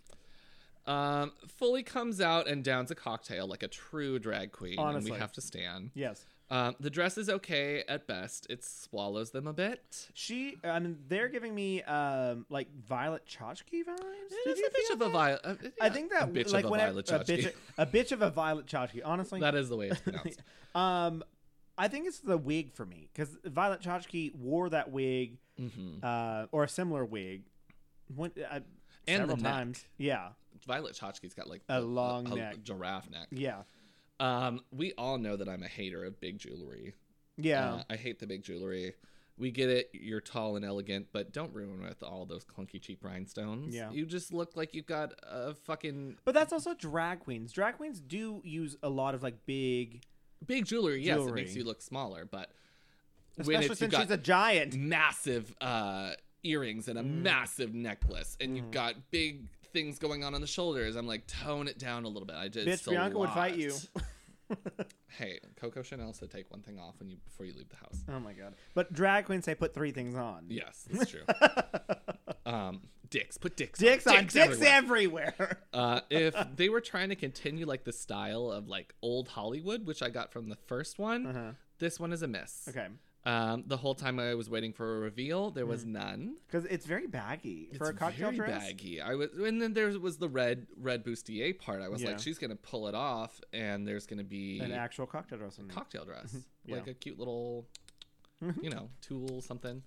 Speaker 1: Um, fully comes out and downs a cocktail like a true drag queen,
Speaker 2: Honestly.
Speaker 1: and we have to stand.
Speaker 2: Yes,
Speaker 1: Um, the dress is okay at best; it swallows them a bit.
Speaker 2: she. I mean, they're giving me um like Violet Chachki vibes. Did
Speaker 1: It is
Speaker 2: you
Speaker 1: a bitch
Speaker 2: feel
Speaker 1: of a
Speaker 2: that?
Speaker 1: violet.
Speaker 2: I think that
Speaker 1: a bitch
Speaker 2: like
Speaker 1: of a
Speaker 2: when I-
Speaker 1: violet.
Speaker 2: a bitch,
Speaker 1: tchotchke.
Speaker 2: a bitch of a Violet Chachki. Honestly,
Speaker 1: that is the way it's pronounced.
Speaker 2: um, I think it's the wig for me because Violet Chachki wore that wig.
Speaker 1: hmm
Speaker 2: uh, or a similar wig. One, uh,
Speaker 1: And the
Speaker 2: several
Speaker 1: neck.
Speaker 2: times. Yeah,
Speaker 1: Violet Chachki's got like
Speaker 2: A long neck.
Speaker 1: giraffe neck.
Speaker 2: yeah,
Speaker 1: Um, we all know that I'm a hater of big jewelry.
Speaker 2: yeah.
Speaker 1: Uh, I hate the big jewelry. We get it. You're tall and elegant, but don't ruin it with all those clunky cheap rhinestones.
Speaker 2: Yeah.
Speaker 1: You just look like you've got a fucking
Speaker 2: but that's also drag queens. Drag queens do use a lot of like big,
Speaker 1: big jewelry. Yes, it makes
Speaker 2: Jewelry.
Speaker 1: you look smaller, but when
Speaker 2: especially
Speaker 1: it's, you've
Speaker 2: since
Speaker 1: got
Speaker 2: she's a giant.
Speaker 1: massive uh, earrings and a
Speaker 2: Mm.
Speaker 1: massive necklace, and you've got big things going on on the shoulders, I'm like, tone it down a little bit. I just
Speaker 2: Bitch, Bianca would fight you.
Speaker 1: hey, Coco Chanel said take one thing off when you before you leave the house.
Speaker 2: Oh my god! But drag queens say put three things on.
Speaker 1: Yes, that's true. um, dicks, put dicks.
Speaker 2: Dicks on dicks
Speaker 1: everywhere.
Speaker 2: everywhere.
Speaker 1: uh, if they were trying to continue like the style of like old Hollywood, which I got from the first one,
Speaker 2: Uh-huh.
Speaker 1: this one is a miss.
Speaker 2: Okay,
Speaker 1: Um, the whole time I was waiting for a reveal, there
Speaker 2: Mm.
Speaker 1: was none.
Speaker 2: because it's very baggy for a
Speaker 1: It's
Speaker 2: cocktail
Speaker 1: very
Speaker 2: dress.
Speaker 1: baggy. I was, and then there was the red red bustier part. I was
Speaker 2: Yeah.
Speaker 1: like, she's gonna pull it off, and there's gonna be
Speaker 2: An actual cocktail dress. on me.
Speaker 1: cocktail dress,
Speaker 2: Yeah.
Speaker 1: like a cute little, you know, tool something.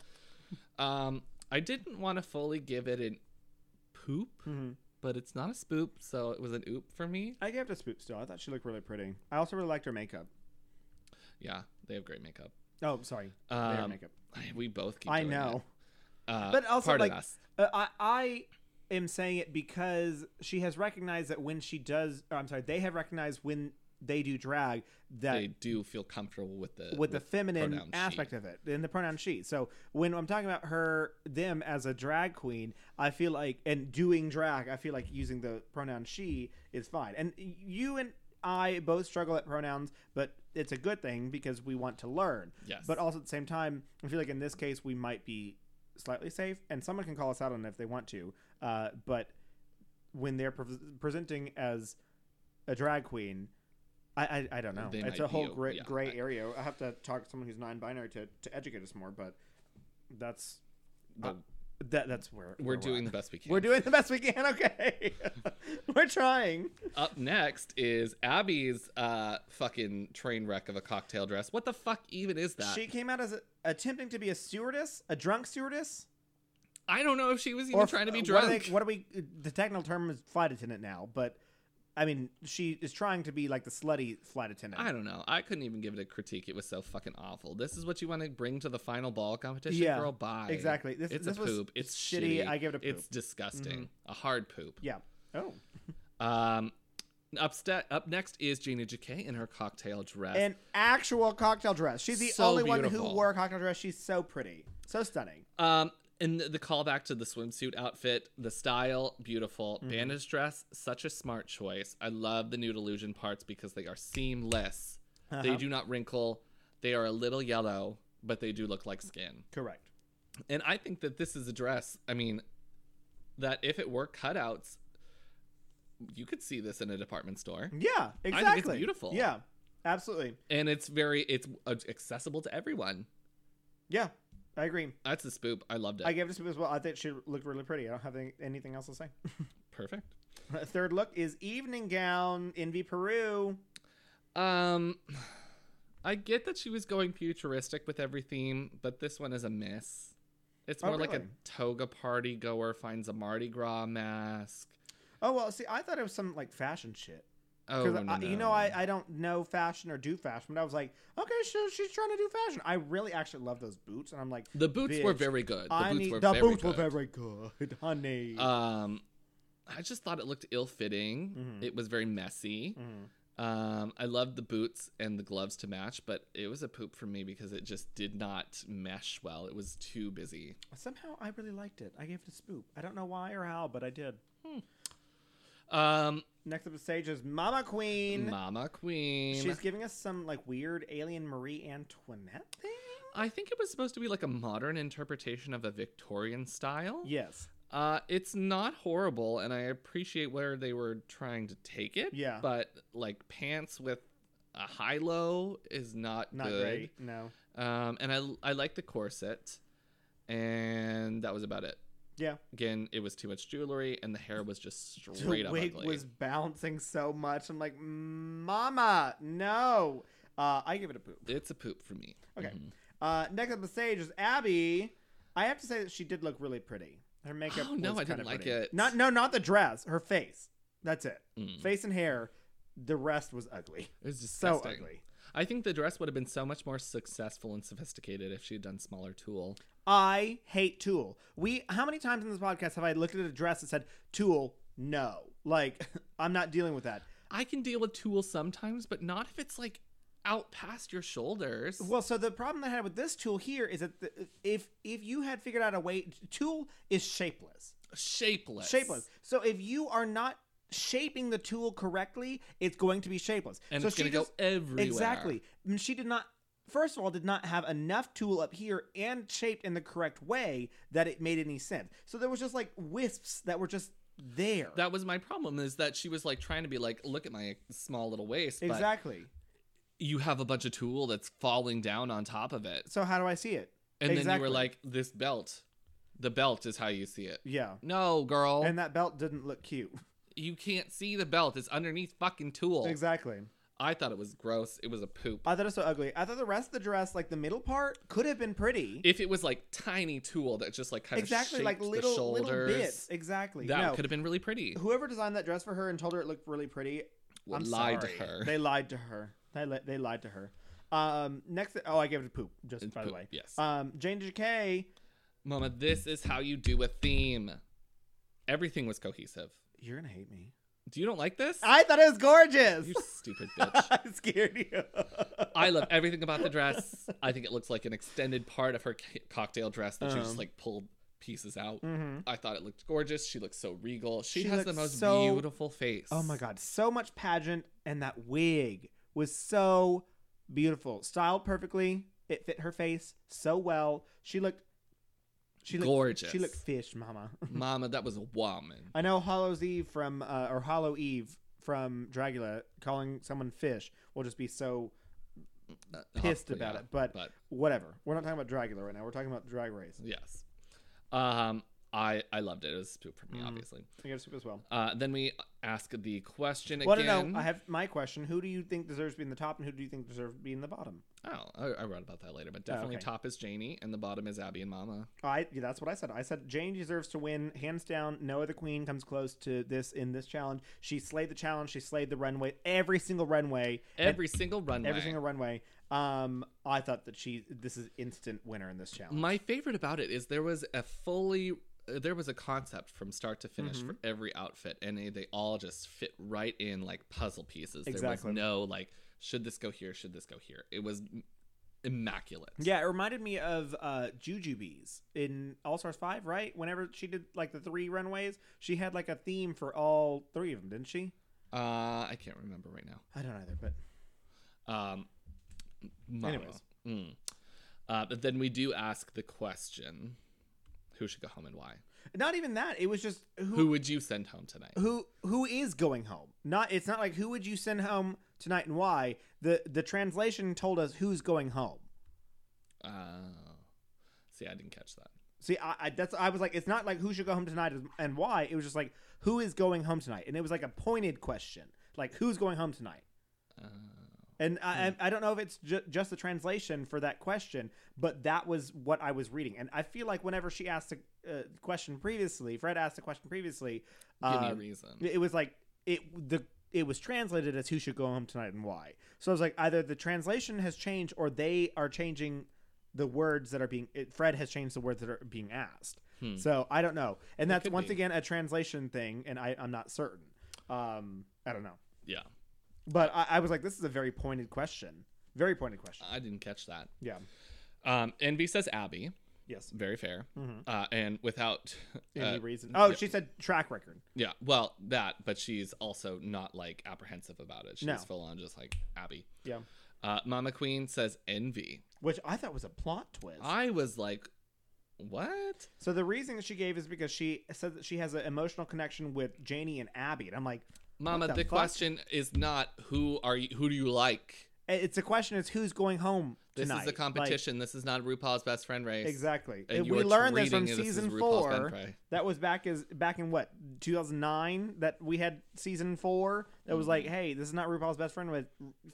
Speaker 1: Um, I didn't want to fully give it an poop,
Speaker 2: Mhm.
Speaker 1: but it's not a spoop, so it was an oop for me.
Speaker 2: I gave it a spoop still. I thought she looked really pretty. I also really liked her makeup.
Speaker 1: Yeah, they have great makeup.
Speaker 2: Oh, sorry, their
Speaker 1: Um,
Speaker 2: makeup.
Speaker 1: We both keep.
Speaker 2: I
Speaker 1: doing it.
Speaker 2: know.
Speaker 1: Uh,
Speaker 2: But also,
Speaker 1: part
Speaker 2: like,
Speaker 1: of us.
Speaker 2: Uh, I, I am saying it because she has recognized that when she does, or I'm sorry, they have recognized when they do drag that
Speaker 1: they do feel comfortable with the
Speaker 2: with the feminine
Speaker 1: pronoun she.
Speaker 2: aspect of it in the pronoun she. So when I'm talking about her, them as a drag queen, I feel like and doing drag, I feel like using the pronoun she is fine. And you and I both struggle at pronouns, but it's a good thing because we want to learn.
Speaker 1: Yes.
Speaker 2: But also at the same time, I feel like in this case we might be slightly safe, and someone can call us out on it if they want to. Uh, but when they're pre- presenting as a drag queen, I I, I don't know.
Speaker 1: They
Speaker 2: it's
Speaker 1: might
Speaker 2: a whole
Speaker 1: be,
Speaker 2: gray,
Speaker 1: yeah,
Speaker 2: gray
Speaker 1: I-
Speaker 2: area. I have to talk to someone who's non-binary to, to educate us more, but that's uh,
Speaker 1: But
Speaker 2: that that's where
Speaker 1: we're
Speaker 2: where
Speaker 1: doing
Speaker 2: at.
Speaker 1: the best we can.
Speaker 2: We're doing the best we can. Okay, we're trying.
Speaker 1: Up next is Abby's uh, fucking train wreck of a cocktail dress. What the fuck even is that?
Speaker 2: She came out as a, attempting to be a stewardess, a drunk stewardess,
Speaker 1: I don't know if she was even trying to be drunk.
Speaker 2: What are, they, what are we? The technical term is flight attendant now, but I mean, she is trying to be like the slutty flight attendant.
Speaker 1: I don't know. I couldn't even give it a critique. It was so fucking awful. This is what you want to bring to the final ball competition,
Speaker 2: Yeah,
Speaker 1: girl. Bye.
Speaker 2: exactly. This-
Speaker 1: it's
Speaker 2: this
Speaker 1: a
Speaker 2: was
Speaker 1: poop. It's
Speaker 2: shitty. I give it a
Speaker 1: It's
Speaker 2: poop. Mm-hmm.
Speaker 1: disgusting. A hard poop.
Speaker 2: Yeah. Oh.
Speaker 1: Um, up ste- up next is Gina Jacquet in her cocktail dress.
Speaker 2: an actual cocktail dress. She's the
Speaker 1: So
Speaker 2: only one who
Speaker 1: beautiful.
Speaker 2: wore a cocktail dress. She's so pretty, so stunning.
Speaker 1: Um, and the callback to the swimsuit outfit, the style, beautiful.
Speaker 2: Mm-hmm.
Speaker 1: Bandage dress, such a smart choice. I love the nude illusion parts because they are seamless. They
Speaker 2: Uh-huh.
Speaker 1: do not wrinkle. They are a little yellow, but they do look like skin.
Speaker 2: Correct.
Speaker 1: And I think that this is a dress. I mean, that if it were cutouts, you could see this in a department store.
Speaker 2: Yeah,
Speaker 1: it's
Speaker 2: exactly.
Speaker 1: beautiful.
Speaker 2: Yeah, absolutely.
Speaker 1: And it's very, it's uh, accessible to everyone.
Speaker 2: Yeah, I agree.
Speaker 1: That's a spoop. I loved it.
Speaker 2: I gave it to as well. I think she looked really pretty. I don't have any- anything else to say.
Speaker 1: Perfect.
Speaker 2: Third look is evening gown. Envy Peru.
Speaker 1: Um, I get that she was going futuristic with every theme, but this one is a miss. It's
Speaker 2: Oh,
Speaker 1: more like a
Speaker 2: really?
Speaker 1: toga party goer finds a Mardi Gras mask.
Speaker 2: Oh well, see, I thought it was some like fashion shit.
Speaker 1: Oh,
Speaker 2: 'Cause
Speaker 1: no,
Speaker 2: I, you know, I, I don't know fashion or do fashion, but I was like, okay, so she's trying to do fashion. I really actually love those boots, and I'm like,
Speaker 1: the boots were
Speaker 2: bitch,
Speaker 1: very good. The
Speaker 2: I
Speaker 1: boots
Speaker 2: need
Speaker 1: were
Speaker 2: the
Speaker 1: very
Speaker 2: boots
Speaker 1: good.
Speaker 2: were very good, honey.
Speaker 1: Um, I just thought it looked ill fitting.
Speaker 2: Mhm.
Speaker 1: It was very messy.
Speaker 2: Mhm.
Speaker 1: Um, I loved the boots and the gloves to match, but it was a poop for me because it just did not mesh well. It was too busy.
Speaker 2: Somehow, I really liked it. I gave it a spoop. I don't know why or how, but I did.
Speaker 1: Um,
Speaker 2: Next up the stage is Mama Queen.
Speaker 1: Mama Queen.
Speaker 2: She's giving us some like weird alien Marie Antoinette thing.
Speaker 1: I think it was supposed to be like a modern interpretation of a Victorian style.
Speaker 2: Yes.
Speaker 1: Uh, it's not horrible, and I appreciate where they were trying to take it.
Speaker 2: Yeah.
Speaker 1: But like pants with a high low is not
Speaker 2: Not
Speaker 1: good.
Speaker 2: great. No.
Speaker 1: Um, and I I like the corset, and that was about it.
Speaker 2: Yeah.
Speaker 1: Again, it was too much jewelry, and the hair was just straight
Speaker 2: The
Speaker 1: up
Speaker 2: wig
Speaker 1: ugly.
Speaker 2: was bouncing so much. I'm like, Mama, no. Uh, I give it a poop.
Speaker 1: It's a poop for me.
Speaker 2: Okay.
Speaker 1: Mhm.
Speaker 2: Uh, next up the stage is Abby. I have to say that she did look really pretty. Her makeup.
Speaker 1: Oh, no,
Speaker 2: was
Speaker 1: I didn't
Speaker 2: kinda
Speaker 1: like
Speaker 2: pretty.
Speaker 1: it.
Speaker 2: Not no, not the dress. Her face. That's it.
Speaker 1: Mm.
Speaker 2: Face and hair. The rest was ugly.
Speaker 1: It was
Speaker 2: So
Speaker 1: disgusting.
Speaker 2: ugly.
Speaker 1: I think the dress would have been so much more successful and sophisticated if she had done smaller tulle.
Speaker 2: I hate Tool. We how many times in this podcast have I looked at a dress that said Tool? No, like I'm not dealing with that.
Speaker 1: I can deal with tulle sometimes, but not if it's like out past your shoulders.
Speaker 2: Well, so the problem I had with this tool here is that the, if if you had figured out a way, tool is shapeless,
Speaker 1: Shapeless.
Speaker 2: shapeless. So if you are not shaping the tool correctly, it's going to be shapeless.
Speaker 1: And
Speaker 2: so
Speaker 1: it's going to go
Speaker 2: just-
Speaker 1: everywhere.
Speaker 2: Exactly. And She did not. First of all, did not have enough tool up here and shaped in the correct way that it made any sense. So there was just like wisps that were just there.
Speaker 1: That was my problem is that she was like trying to be like, look at my small little waist. but
Speaker 2: Exactly.
Speaker 1: you have a bunch of tulle that's falling down on top of it.
Speaker 2: So how do I see it?
Speaker 1: And then you
Speaker 2: Exactly.
Speaker 1: were like, this belt, the belt is how you see it.
Speaker 2: Yeah.
Speaker 1: No, girl,
Speaker 2: And that belt didn't look cute.
Speaker 1: you can't see the belt. It's underneath fucking tulle.
Speaker 2: Exactly.
Speaker 1: I thought it was gross. It was a poop.
Speaker 2: I thought it was so ugly. I thought the rest of the dress, like the middle part, could have been pretty.
Speaker 1: if it was like tiny tulle that just like kind
Speaker 2: exactly,
Speaker 1: of
Speaker 2: like
Speaker 1: shaped the
Speaker 2: little little
Speaker 1: shoulders,
Speaker 2: bits. Exactly.
Speaker 1: that
Speaker 2: no.
Speaker 1: could have been really pretty.
Speaker 2: Whoever designed that dress for her and told her it looked really pretty,
Speaker 1: Well,
Speaker 2: I'm
Speaker 1: lied
Speaker 2: sorry.
Speaker 1: to her.
Speaker 2: They lied to her. They li- they lied to her. Um, next, oh, I gave it a poop. Just
Speaker 1: It's
Speaker 2: by
Speaker 1: poop,
Speaker 2: the way,
Speaker 1: yes.
Speaker 2: Um, Jane J.K.
Speaker 1: Mama, this is how you do a theme. Everything was cohesive.
Speaker 2: You're gonna hate me.
Speaker 1: Do you don't like this?
Speaker 2: I thought it was gorgeous.
Speaker 1: you stupid bitch.
Speaker 2: I scared you.
Speaker 1: I love everything about the dress. I think it looks like an extended part of her c- cocktail dress that she just
Speaker 2: Um.
Speaker 1: like pulled pieces out.
Speaker 2: Mhm.
Speaker 1: I thought it looked gorgeous. She looks so regal. She,
Speaker 2: She
Speaker 1: has the
Speaker 2: looks
Speaker 1: most
Speaker 2: so-
Speaker 1: beautiful face.
Speaker 2: Oh my god, so much pageant and that wig was so beautiful. Styled perfectly. It fit her face so well. She looked she looked
Speaker 1: Gorgeous.
Speaker 2: She looked fish, mama.
Speaker 1: Mama, that was a woman.
Speaker 2: I know Hollow's Eve from uh, or Hollow Eve from Dragula calling someone fish will just be so
Speaker 1: Uh,
Speaker 2: pissed
Speaker 1: yeah,
Speaker 2: about it, but,
Speaker 1: but-
Speaker 2: whatever. We're not talking about Dragula right now. We're talking about Drag Race.
Speaker 1: Yes. Um, I I loved it. It was a poop for me,
Speaker 2: Mhm.
Speaker 1: obviously.
Speaker 2: I got to as well.
Speaker 1: Uh, then we ask the question
Speaker 2: Well,
Speaker 1: again.
Speaker 2: no, no. I have my question. Who do you think deserves to be in the top, and who do you think deserves to be in the bottom?
Speaker 1: Oh, I, I wrote about that later, but definitely
Speaker 2: Oh, okay.
Speaker 1: top is Janie and the bottom is Abby and Mama.
Speaker 2: I yeah, that's what I said. I said Jane deserves to win hands down. No other queen comes close to this in this challenge. She slayed the challenge. She slayed the runway. Every single runway.
Speaker 1: Every single runway.
Speaker 2: every single runway. Um, I thought that she this is instant winner in this challenge.
Speaker 1: My favorite about it is there was a fully uh, there was a concept from start to finish
Speaker 2: Mm-hmm.
Speaker 1: for every outfit, and they, they all just fit right in like puzzle pieces. There
Speaker 2: Exactly.
Speaker 1: was no like, should this go here? Should this go here? It was m- immaculate.
Speaker 2: Yeah, it reminded me of uh, Jujubes in All Stars Five, right? Whenever she did like the three runways, she had like a theme for all three of them, didn't she?
Speaker 1: Uh, I can't remember right now.
Speaker 2: I don't either, but
Speaker 1: Um, Mama.
Speaker 2: Anyways.
Speaker 1: Mm. Uh, but then we do ask the question: Who should go home and why?
Speaker 2: not even that. It was just
Speaker 1: Who would you send home tonight?
Speaker 2: who who is going home not it's not like who would you send home tonight and why the the translation told us who's going home
Speaker 1: Oh, see, I didn't catch that.
Speaker 2: see i, I that's i was like it's not like who should go home tonight and why it was just like who is going home tonight and it was like a pointed question like who's going home tonight
Speaker 1: Oh.
Speaker 2: And I, I I don't know if it's ju- just the translation for that question, but that was what I was reading. And I feel like whenever she asked a uh, question previously, Fred asked a question previously,
Speaker 1: Give me a
Speaker 2: um,
Speaker 1: reason.
Speaker 2: it was like it the it was translated as who should go home tonight and why. So I was like, either the translation has changed or they are changing the words that are being. It, Fred has changed the words that are being asked.
Speaker 1: Hmm.
Speaker 2: So I don't know, and that's
Speaker 1: could
Speaker 2: once
Speaker 1: be.
Speaker 2: again a translation thing, and I I'm not certain. Um, I don't know,
Speaker 1: Yeah,
Speaker 2: but I, I was like, this is a very pointed question, very pointed question.
Speaker 1: I didn't catch that.
Speaker 2: yeah.
Speaker 1: Um, Envy says Abby.
Speaker 2: Yes.
Speaker 1: Very fair.
Speaker 2: Mhm.
Speaker 1: Uh, and without.
Speaker 2: Any
Speaker 1: uh,
Speaker 2: reason? Oh,
Speaker 1: yeah.
Speaker 2: she said track record.
Speaker 1: Yeah, well, that, but she's also not like apprehensive about it. She's
Speaker 2: No.
Speaker 1: full on just like Abby.
Speaker 2: Yeah.
Speaker 1: Uh, Mama Queen says envy.
Speaker 2: Which I thought was a plot twist.
Speaker 1: I was like, what?
Speaker 2: So the reason that she gave is because she said that she has an emotional connection with Janie and Abby, and I'm like,
Speaker 1: Mama,
Speaker 2: the
Speaker 1: the,
Speaker 2: fuck?
Speaker 1: question is not who are you, who do you like?
Speaker 2: eh, it's a question is who's going home
Speaker 1: This
Speaker 2: tonight.
Speaker 1: is a
Speaker 2: Like,
Speaker 1: competition. this is not RuPaul's Best Friend race.
Speaker 2: exactly.
Speaker 1: And
Speaker 2: Eh,
Speaker 1: you
Speaker 2: we
Speaker 1: are
Speaker 2: learned this
Speaker 1: treating
Speaker 2: from
Speaker 1: it as
Speaker 2: season
Speaker 1: RuPaul's Friend
Speaker 2: four.
Speaker 1: Race.
Speaker 2: That was back as back in what 2009 that we had season four. That was
Speaker 1: Mm-hmm.
Speaker 2: like, hey, this is not RuPaul's best friend with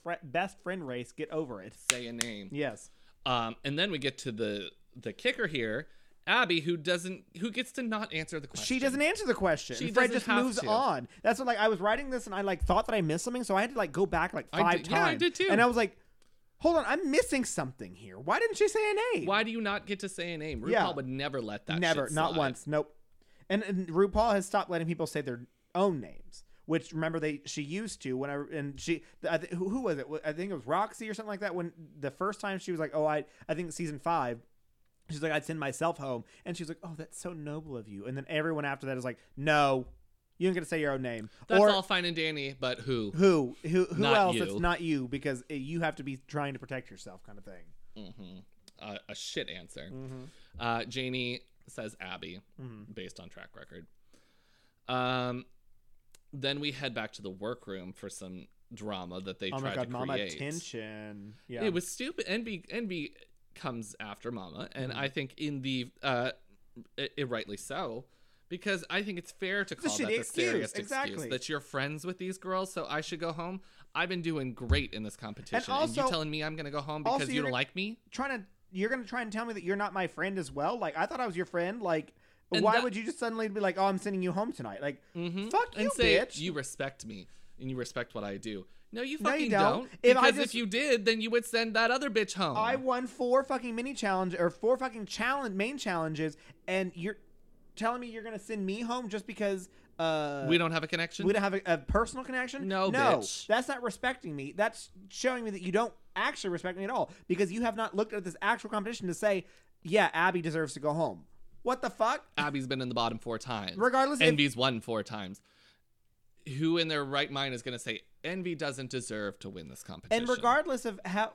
Speaker 2: fr- best friend race. Get over it.
Speaker 1: Say a name.
Speaker 2: Yes.
Speaker 1: Um, and then we get to the the kicker here, Abby, who doesn't who gets to not answer the question.
Speaker 2: She doesn't answer the question.
Speaker 1: She
Speaker 2: Fred
Speaker 1: doesn't
Speaker 2: just
Speaker 1: have
Speaker 2: moves
Speaker 1: to.
Speaker 2: on. That's what like I was writing this and I like thought that I missed something, so I had to like go back like
Speaker 1: I
Speaker 2: five
Speaker 1: did-
Speaker 2: times.
Speaker 1: yeah, I did too.
Speaker 2: And I was like, hold on, I'm missing something here. Why didn't she say a name?
Speaker 1: Why do you not get to say a name? RuPaul
Speaker 2: Yeah.
Speaker 1: would never let that.
Speaker 2: Never,
Speaker 1: shit
Speaker 2: not
Speaker 1: slide.
Speaker 2: once. Nope. And, and RuPaul has stopped letting people say their own names. Which remember they she used to when I and she I th- who, who was it I think it was Roxy or something like that when the first time she was like oh I I think season five she's like I'd send myself home and she's like oh that's so noble of you and then everyone after that is like no you don't get to say your own name
Speaker 1: That's
Speaker 2: or
Speaker 1: all fine and dandy, but who?
Speaker 2: who who who
Speaker 1: Not
Speaker 2: else
Speaker 1: you.
Speaker 2: it's not you because uh, you have to be trying to protect yourself kind of thing
Speaker 1: hmm Uh, a shit answer.
Speaker 2: Mm-hmm.
Speaker 1: Uh, Janie says Abby, based on track record. Um, then we head back to the workroom for some drama that they
Speaker 2: oh
Speaker 1: tried
Speaker 2: my god
Speaker 1: to
Speaker 2: mama
Speaker 1: create.
Speaker 2: tension yeah
Speaker 1: It was stupid. Envy, envy comes after Mama, and
Speaker 2: Mm-hmm.
Speaker 1: I think in the uh, i i- rightly so. Because I think it's fair to
Speaker 2: a
Speaker 1: call that
Speaker 2: shitty
Speaker 1: the
Speaker 2: excuse,
Speaker 1: scariest
Speaker 2: exactly.
Speaker 1: excuse that you're friends with these girls, so I should go home. I've been doing great in this competition, and, you
Speaker 2: also-
Speaker 1: telling me I'm going to go home
Speaker 2: also
Speaker 1: because you
Speaker 2: you're
Speaker 1: don't
Speaker 2: gonna-
Speaker 1: like me?
Speaker 2: trying to you're gonna try and tell me that you're not my friend as well like i thought i was your friend like
Speaker 1: And
Speaker 2: why
Speaker 1: that-
Speaker 2: would you just suddenly be like oh i'm sending you home tonight like
Speaker 1: Mhm.
Speaker 2: fuck you
Speaker 1: and say
Speaker 2: bitch
Speaker 1: you respect me and you respect what I do. No, you
Speaker 2: No,
Speaker 1: fucking
Speaker 2: you
Speaker 1: don't.
Speaker 2: don't. If I
Speaker 1: because
Speaker 2: just-
Speaker 1: if you did, then you would send that other bitch home.
Speaker 2: i won four fucking mini challenge or four fucking challenge main challenges and you're telling me you're gonna send me home just because uh
Speaker 1: we don't have a connection.
Speaker 2: we don't have a, a personal connection
Speaker 1: No,
Speaker 2: no
Speaker 1: bitch.
Speaker 2: that's not respecting me that's showing me that you don't actually respect me at all because you have not looked at this actual competition to say yeah abby deserves to go home what the fuck
Speaker 1: Abby's been in the bottom four times.
Speaker 2: Regardless if-
Speaker 1: Envy's won four times. Who in their right mind is going to say Envy doesn't deserve to win this competition?
Speaker 2: And regardless of how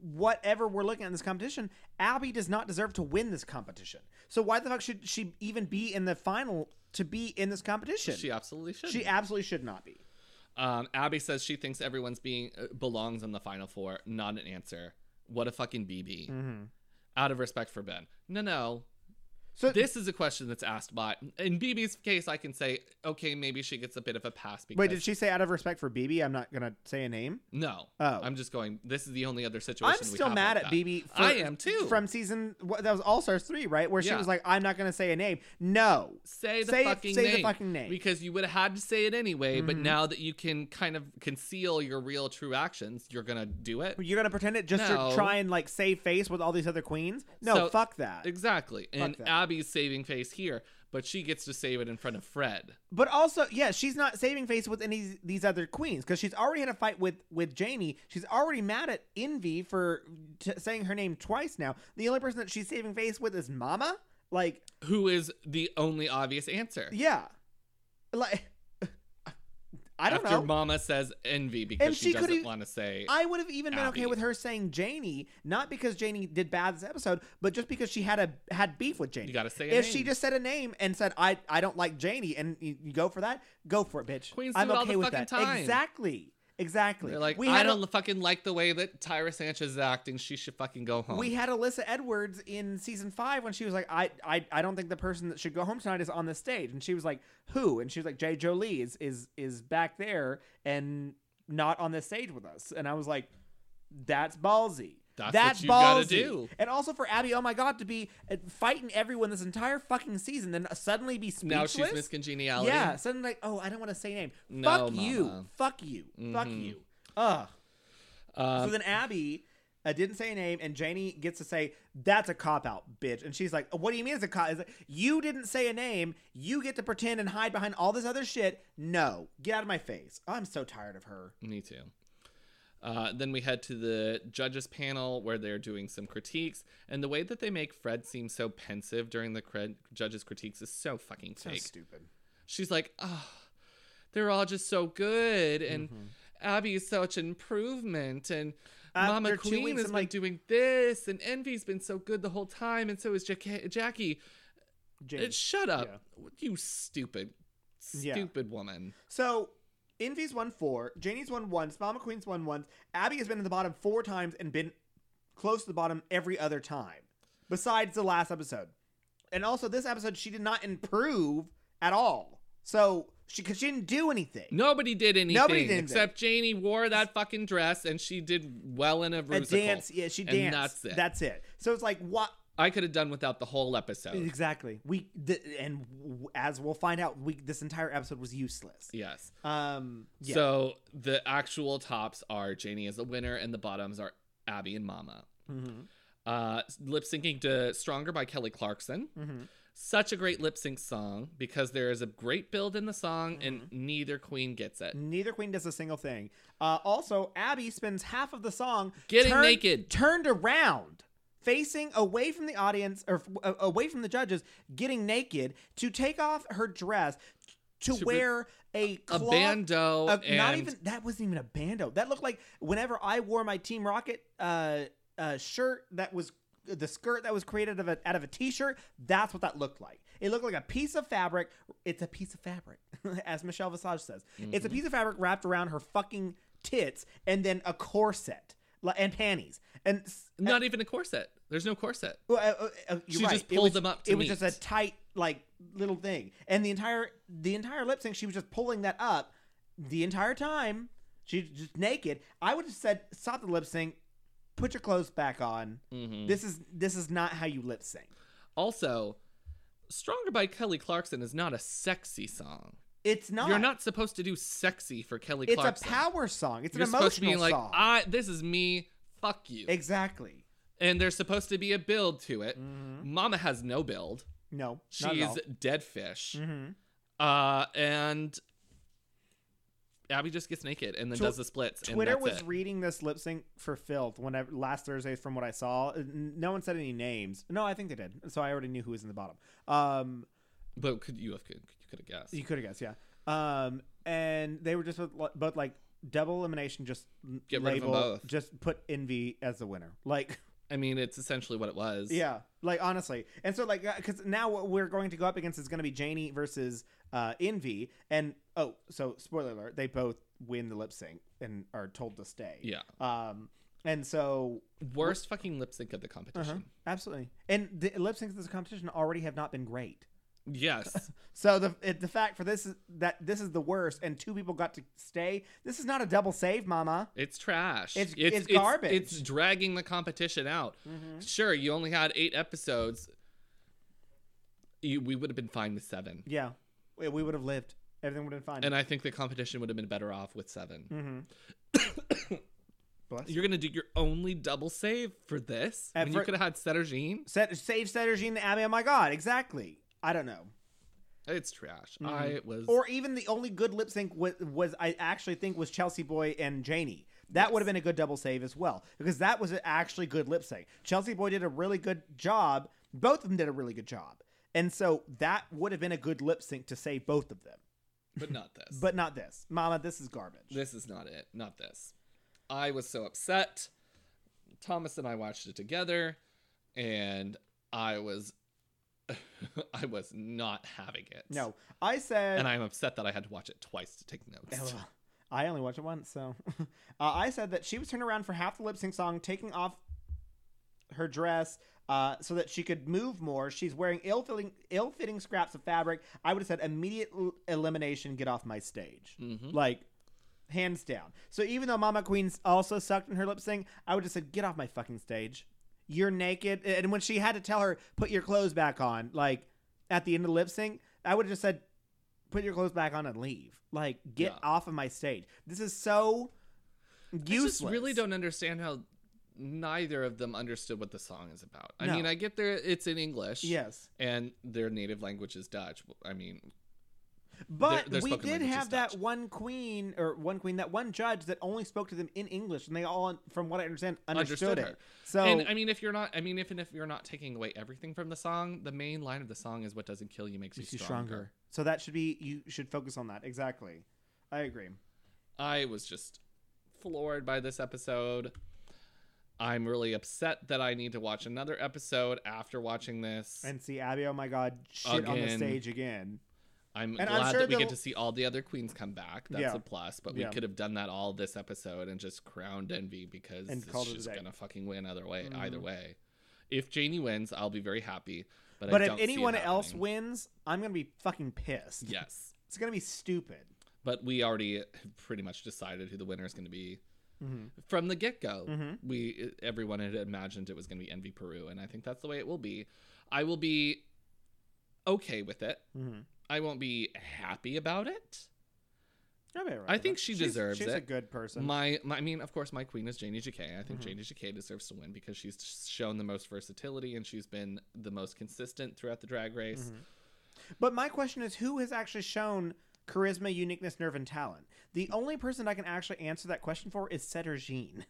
Speaker 2: whatever we're looking at in this competition, Abby does not deserve to win this competition. So why the fuck should she even be in the final to be in this competition?
Speaker 1: she absolutely should.
Speaker 2: She absolutely should not be.
Speaker 1: um, Abby says she thinks everyone's being uh, belongs in the final four. Not an answer. What a fucking BB.
Speaker 2: Mm-hmm.
Speaker 1: Out of respect for Ben. No, no,
Speaker 2: So
Speaker 1: this is a question that's asked by in BB's case I can say okay maybe she gets a bit of a pass because
Speaker 2: wait, did she say out of respect for BB? I'm not gonna say a name.
Speaker 1: no
Speaker 2: Oh.
Speaker 1: I'm just going this is the only other situation
Speaker 2: I'm
Speaker 1: we
Speaker 2: still
Speaker 1: have
Speaker 2: mad
Speaker 1: like
Speaker 2: at
Speaker 1: that.
Speaker 2: BB.
Speaker 1: I am too
Speaker 2: From season what, that was All Stars three, right? Where she
Speaker 1: Yeah.
Speaker 2: was like, "I'm not gonna say a name." No,
Speaker 1: say the
Speaker 2: say it-
Speaker 1: fucking
Speaker 2: say the
Speaker 1: name
Speaker 2: fucking name. Mm-hmm.
Speaker 1: because you would have had to say it anyway but now that you can kind of conceal your real true actions you're gonna do it
Speaker 2: you're gonna pretend it just
Speaker 1: No.
Speaker 2: to try and like save face with all these other queens. No,
Speaker 1: So-
Speaker 2: fuck that.
Speaker 1: exactly and
Speaker 2: that.
Speaker 1: Abby's saving face here but she gets to save it in front of Fred
Speaker 2: But also, yeah, she's not saving face with any of these other queens because she's already had a fight with with Janie. She's already mad at Envy for t- saying her name twice now. The only person that she's saving face with is Mama. Like,
Speaker 1: who is the only obvious answer
Speaker 2: yeah, like I don't
Speaker 1: after
Speaker 2: know.
Speaker 1: Mama says envy because
Speaker 2: And
Speaker 1: she,
Speaker 2: she could
Speaker 1: doesn't
Speaker 2: have-
Speaker 1: want to say
Speaker 2: I would have even been okay
Speaker 1: Abby.
Speaker 2: with her saying Janie, not because Janie did bad this episode, but just because she had a had beef with Janie.
Speaker 1: You gotta say a
Speaker 2: if
Speaker 1: name.
Speaker 2: she just said a name and said I I don't like Janie, and you, you go for that, go for it, bitch.
Speaker 1: Queens do
Speaker 2: I'm
Speaker 1: it
Speaker 2: okay
Speaker 1: all the
Speaker 2: with
Speaker 1: fucking
Speaker 2: that.
Speaker 1: time.
Speaker 2: Exactly. Exactly.
Speaker 1: They're like,
Speaker 2: we
Speaker 1: I
Speaker 2: had a-
Speaker 1: don't fucking like the way that Tyra Sanchez is acting. She should fucking go home.
Speaker 2: We had Alyssa Edwards in season five when she was like, I, I, I don't think the person that should go home tonight is on the stage. And she was like, Who? And she was like, Jay Jolie is is is back there and not on this stage with us. And I was like, that's ballsy.
Speaker 1: That's
Speaker 2: that's
Speaker 1: what you
Speaker 2: ballsy.
Speaker 1: gotta do.
Speaker 2: And also for Abby, oh my god, to be uh, fighting everyone this entire fucking season, then suddenly be speechless.
Speaker 1: Now she's Miss Congeniality.
Speaker 2: Yeah, suddenly like, oh, I don't want to say name.
Speaker 1: No,
Speaker 2: Fuck you.
Speaker 1: mama.
Speaker 2: Fuck you. Fuck
Speaker 1: Mhm.
Speaker 2: you. Ugh.
Speaker 1: Um,
Speaker 2: so then Abby uh, didn't say a name, and Janie gets to say, "That's a cop out, bitch." And she's like, "What do you mean it's a cop? Is it, you didn't say a name. You get to pretend and hide behind all this other shit. No, get out of my face. I'm so tired of her."
Speaker 1: Me too. Uh, then we head to the judges panel where they're doing some critiques, and the way that they make Fred seem so pensive during the cred- judges' critiques is so fucking
Speaker 2: So
Speaker 1: fake.
Speaker 2: stupid.
Speaker 1: She's like, "Oh, they're all just so good, and
Speaker 2: Mm-hmm.
Speaker 1: Abby is such an improvement, and
Speaker 2: Uh,
Speaker 1: Mama
Speaker 2: they're two
Speaker 1: Queen
Speaker 2: weeks,
Speaker 1: has
Speaker 2: I'm
Speaker 1: been
Speaker 2: like-
Speaker 1: doing this, and Envy's been so good the whole time, and so is Jack- Jackie."
Speaker 2: Janie.
Speaker 1: Uh, Shut up, you stupid,
Speaker 2: Yeah.
Speaker 1: stupid woman.
Speaker 2: So. Envy's won four, Janie's won once, Mama Queen's won once. Abby has been in the bottom four times and been close to the bottom every other time, besides the last episode. And also, this episode, she did not improve at all. So, she, cause she didn't do anything.
Speaker 1: Nobody did anything.
Speaker 2: Nobody did anything.
Speaker 1: except Janie wore that fucking dress and she did well in a,
Speaker 2: a
Speaker 1: rusical.
Speaker 2: dance. Yeah, she
Speaker 1: And
Speaker 2: danced.
Speaker 1: that's it.
Speaker 2: That's it. So it's like what
Speaker 1: I could have done without the whole episode.
Speaker 2: exactly we th- and w- as we'll find out, we this entire episode was useless.
Speaker 1: Yes.
Speaker 2: Um. Yeah.
Speaker 1: So the actual tops are Janie is the winner and the bottoms are Abby and Mama.
Speaker 2: Mhm.
Speaker 1: Uh, lip syncing to Stronger by Kelly Clarkson.
Speaker 2: Mhm.
Speaker 1: Such a great lip sync song because there is a great build in the song and
Speaker 2: Mm-hmm.
Speaker 1: neither queen gets it.
Speaker 2: Neither queen does a single thing. Uh, also, Abby spends half of the song
Speaker 1: Getting
Speaker 2: turned-
Speaker 1: naked.
Speaker 2: turned around, facing away from the audience or f- a- away from the judges, getting naked to take off her dress to,
Speaker 1: To re-
Speaker 2: wear a
Speaker 1: A
Speaker 2: cloth-
Speaker 1: bandeau
Speaker 2: Uh,
Speaker 1: and
Speaker 2: not even that wasn't even a bando. That looked like whenever I wore my Team Rocket uh, uh, shirt that was the skirt that was created of a, out of a t-shirt. That's what that looked like. It looked like a piece of fabric. It's a piece of fabric, as Michelle Visage says. It's a piece of fabric wrapped around her fucking tits and then a corset li- and panties and. s-
Speaker 1: not even a corset. There's no corset.
Speaker 2: well, uh, uh, uh, you're
Speaker 1: She
Speaker 2: right.
Speaker 1: just
Speaker 2: It
Speaker 1: pulled
Speaker 2: was-
Speaker 1: them up to
Speaker 2: it was
Speaker 1: meet.
Speaker 2: just a tight, like little thing, and the entire the entire lip sync, she was just pulling that up the entire time. She's just naked. I would have said, stop the lip sync, put your clothes back on.
Speaker 1: Mhm.
Speaker 2: This is this is not how you lip sync.
Speaker 1: Also, Stronger by Kelly Clarkson is not a sexy song.
Speaker 2: It's not.
Speaker 1: You're not supposed to do sexy for Kelly
Speaker 2: It's
Speaker 1: Clarkson.
Speaker 2: a power song. It's
Speaker 1: You're
Speaker 2: an
Speaker 1: supposed to
Speaker 2: emotional
Speaker 1: be like, "Ah."
Speaker 2: song.
Speaker 1: I this is me, fuck you.
Speaker 2: exactly.
Speaker 1: and there's supposed to be a build to it. Mama has no build.
Speaker 2: No, Mm-hmm. not at
Speaker 1: She's
Speaker 2: all.
Speaker 1: dead fish.
Speaker 2: Mhm.
Speaker 1: Uh and Abby just gets naked and then
Speaker 2: Tw-
Speaker 1: does the splits.
Speaker 2: Twitter
Speaker 1: and that's
Speaker 2: was
Speaker 1: it.
Speaker 2: reading this lip sync for filth whenever last Thursday from what I saw. N- No one said any names. No, I think they did. So I already knew who was in the bottom. Um,
Speaker 1: but could you have could, you could have guessed?
Speaker 2: you could have guessed, yeah. Um, and they were just both, li- both like double elimination, just l-
Speaker 1: Get rid of them
Speaker 2: label,
Speaker 1: both.
Speaker 2: just put envy as the winner. Like,
Speaker 1: I mean, it's essentially what it was.
Speaker 2: yeah, like honestly. And so like, because now what we're going to go up against is going to be Janie versus uh, envy. And oh, so spoiler alert, they both win the lip sync and are told to stay.
Speaker 1: Yeah.
Speaker 2: Um, and so
Speaker 1: Worst fucking lip sync of the competition.
Speaker 2: Uh-huh. Absolutely. And the lip syncs of this competition already have not been great.
Speaker 1: Yes.
Speaker 2: So the it- the fact for this is that this is the worst, and two people got to stay. This is not a double save, Mama.
Speaker 1: It's trash.
Speaker 2: It's- it's garbage. Mm-hmm.
Speaker 1: It's, dragging the competition out. Sure, you only had eight episodes. You, we would have been fine with seven,
Speaker 2: Yeah, we, we would have lived. Everything would have been fine.
Speaker 1: and I think the competition would have been better off with 7
Speaker 2: mm-hmm. Bless.
Speaker 1: You're gonna do your only double save for this,
Speaker 2: And
Speaker 1: and
Speaker 2: for-
Speaker 1: you could have had Setterjean.
Speaker 2: Set, save Setterjean and Abby. Oh my God! Exactly. I don't know.
Speaker 1: It's trash. I was.
Speaker 2: Mm-hmm. Or even the only good lip sync was, was I actually think was Chelsea Boy and Janie. That would have been a good double save as well because that was an actually good lip sync. Chelsea Boy did a really good job. Both of them did a really good job, and so that would have been a good lip sync to save both of them.
Speaker 1: but not this.
Speaker 2: But not this, Mama. This is garbage.
Speaker 1: this is not it. Not this. I was so upset. Thomas and I watched it together, and I was, I was not having it.
Speaker 2: no, I said.
Speaker 1: and I'm upset that I had to watch it twice to take notes.
Speaker 2: Ugh. I only watched it once, so uh, I said that she was turned around for half the lip sync song, taking off her dress uh, so that she could move more. She's wearing ill-fitting, ill-fitting scraps of fabric. I would have said immediate l- elimination, get off my stage.
Speaker 1: Mhm.
Speaker 2: Like, hands down. So even though Mama Queen also sucked in her lip sync, I would just said, "Get off my fucking stage! You're naked." And when she had to tell her, "Put your clothes back on," like at the end of the lip sync, I would have just said, "Put your clothes back on and leave." Like, get
Speaker 1: Yeah.
Speaker 2: off of my stage. This is so useless.
Speaker 1: I just really don't understand how neither of them understood what the song is about. I
Speaker 2: No.
Speaker 1: mean, I get there; it's in English,
Speaker 2: Yes,
Speaker 1: and their native language is Dutch. I mean,
Speaker 2: but
Speaker 1: their
Speaker 2: we
Speaker 1: spoken
Speaker 2: did
Speaker 1: language is
Speaker 2: have that
Speaker 1: Dutch.
Speaker 2: one queen or one queen, that one judge that only spoke to them in English, and they all, from what I understand, understood,
Speaker 1: Understood
Speaker 2: it.
Speaker 1: her.
Speaker 2: So
Speaker 1: and I mean, if you're not, I mean, if and if you're not taking away everything from the song, the main line of the song is "What doesn't kill you makes,
Speaker 2: makes
Speaker 1: you
Speaker 2: you
Speaker 1: stronger."
Speaker 2: stronger. So that should be you should focus on that exactly. I agree.
Speaker 1: I was just floored by this episode. I'm really upset that I need to watch another episode after watching this.
Speaker 2: And see Abby, oh my god, shit on the
Speaker 1: Again.
Speaker 2: stage again.
Speaker 1: I'm
Speaker 2: And I'm
Speaker 1: glad
Speaker 2: sure
Speaker 1: that we
Speaker 2: they'll-
Speaker 1: get to see all the other queens come back. That's
Speaker 2: Yeah.
Speaker 1: a plus. But
Speaker 2: Yeah.
Speaker 1: we could have done that all this episode and just crowned Envy because
Speaker 2: And
Speaker 1: and
Speaker 2: called it a
Speaker 1: she's
Speaker 2: day.
Speaker 1: gonna fucking win either way. Either
Speaker 2: Mhm.
Speaker 1: way, if Janie wins, I'll be very happy. But,
Speaker 2: But,
Speaker 1: I
Speaker 2: if
Speaker 1: don't see it
Speaker 2: anyone else
Speaker 1: happening.
Speaker 2: wins, I'm gonna be fucking pissed.
Speaker 1: yes.
Speaker 2: It's gonna be stupid.
Speaker 1: But we already have pretty much decided who the winner is going to be
Speaker 2: Mm-hmm.
Speaker 1: from the get go.
Speaker 2: Mhm.
Speaker 1: We everyone had imagined it was going to be Envy Peru, and I think that's the way it will be. I will be okay with it.
Speaker 2: Mm-hmm.
Speaker 1: I won't be happy about it. I think she deserves
Speaker 2: she's She's a
Speaker 1: it.
Speaker 2: good person.
Speaker 1: My, my, I mean, of course, my queen is Janie Jacquet. I think
Speaker 2: Mhm.
Speaker 1: Janie Jacquet deserves to win because she's shown the most versatility and she's been the most consistent throughout the drag race.
Speaker 2: Mhm. But my question is, who has actually shown charisma, uniqueness, nerve, and talent? The only person I can actually answer that question for is Setter Jean.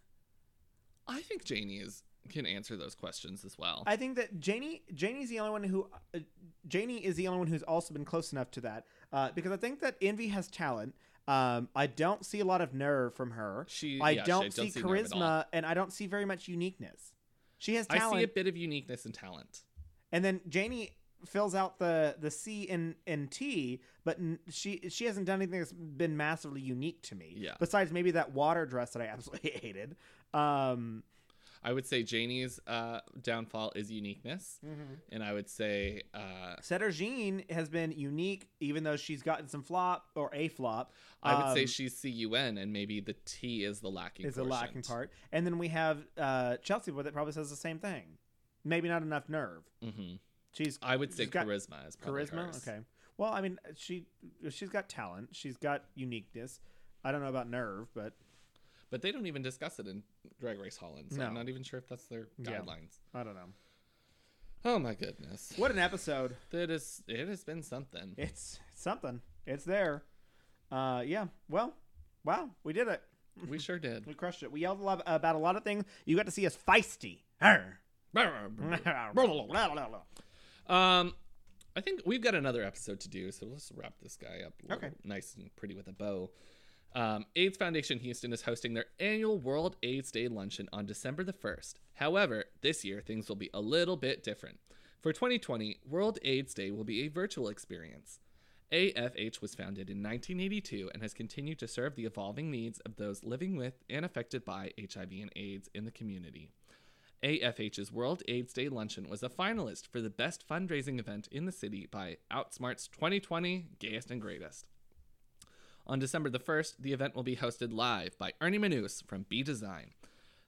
Speaker 1: I think Janie is can answer those questions as well.
Speaker 2: I think that Janie Janie's the only one who uh, Janie is the only one who's also been close enough to that uh, because I think that Envy has talent. Um, I don't see a lot of nerve from her.
Speaker 1: she,
Speaker 2: I
Speaker 1: yeah, she-
Speaker 2: don't see
Speaker 1: nerve at all.
Speaker 2: charisma, and I don't see very much uniqueness. She has
Speaker 1: I
Speaker 2: talent,
Speaker 1: see a bit of uniqueness and talent.
Speaker 2: and then Janie fills out the the C and and T, but n- she she hasn't done anything that's been massively unique to me.
Speaker 1: Yeah.
Speaker 2: Besides maybe that water dress that I absolutely hated. Um,
Speaker 1: I would say Janie's uh, downfall is uniqueness, and I would say uh,
Speaker 2: Setter Jean has been unique, even though she's gotten some flop or a flop.
Speaker 1: I would say
Speaker 2: um,
Speaker 1: she's CUN, and maybe the T is the lacking.
Speaker 2: is the lacking
Speaker 1: portion.
Speaker 2: part. And then we have uh, Chelsea Boy that probably says the same thing. Maybe not enough nerve.
Speaker 1: Mhm.
Speaker 2: She's
Speaker 1: I would say
Speaker 2: She's got
Speaker 1: charisma is probably
Speaker 2: charisma.
Speaker 1: hers.
Speaker 2: Okay. Well, I mean, she she's got talent. She's got uniqueness. I don't know about nerve, but
Speaker 1: But they don't even discuss it in Drag Race Holland, so
Speaker 2: No.
Speaker 1: I'm not even sure if that's their
Speaker 2: Yeah.
Speaker 1: guidelines.
Speaker 2: I don't know.
Speaker 1: Oh my goodness,
Speaker 2: What an episode!
Speaker 1: it is! It has been something.
Speaker 2: It's something. It's there. Uh, yeah. Well, wow, we did it.
Speaker 1: we sure did.
Speaker 2: We crushed it. We yelled a lot about a lot of things. You got to see us feisty. Arr.
Speaker 1: um, I think we've got another episode to do, so let's wrap this guy up a
Speaker 2: Okay.
Speaker 1: little nice and pretty with a bow. Um, AIDS Foundation Houston is hosting their annual World AIDS Day luncheon on December the 1st. However, this year things will be a little bit different. For 2020, World AIDS Day will be a virtual experience. AFH was founded in 1982 and has continued to serve the evolving needs of those living with and affected by HIV and AIDS in the community. AFH's World AIDS Day Luncheon was a finalist for the best fundraising event in the city by Outsmart's 2020 Gayest and Greatest. On December the 1st, the event will be hosted live by Ernie Manous from B Design.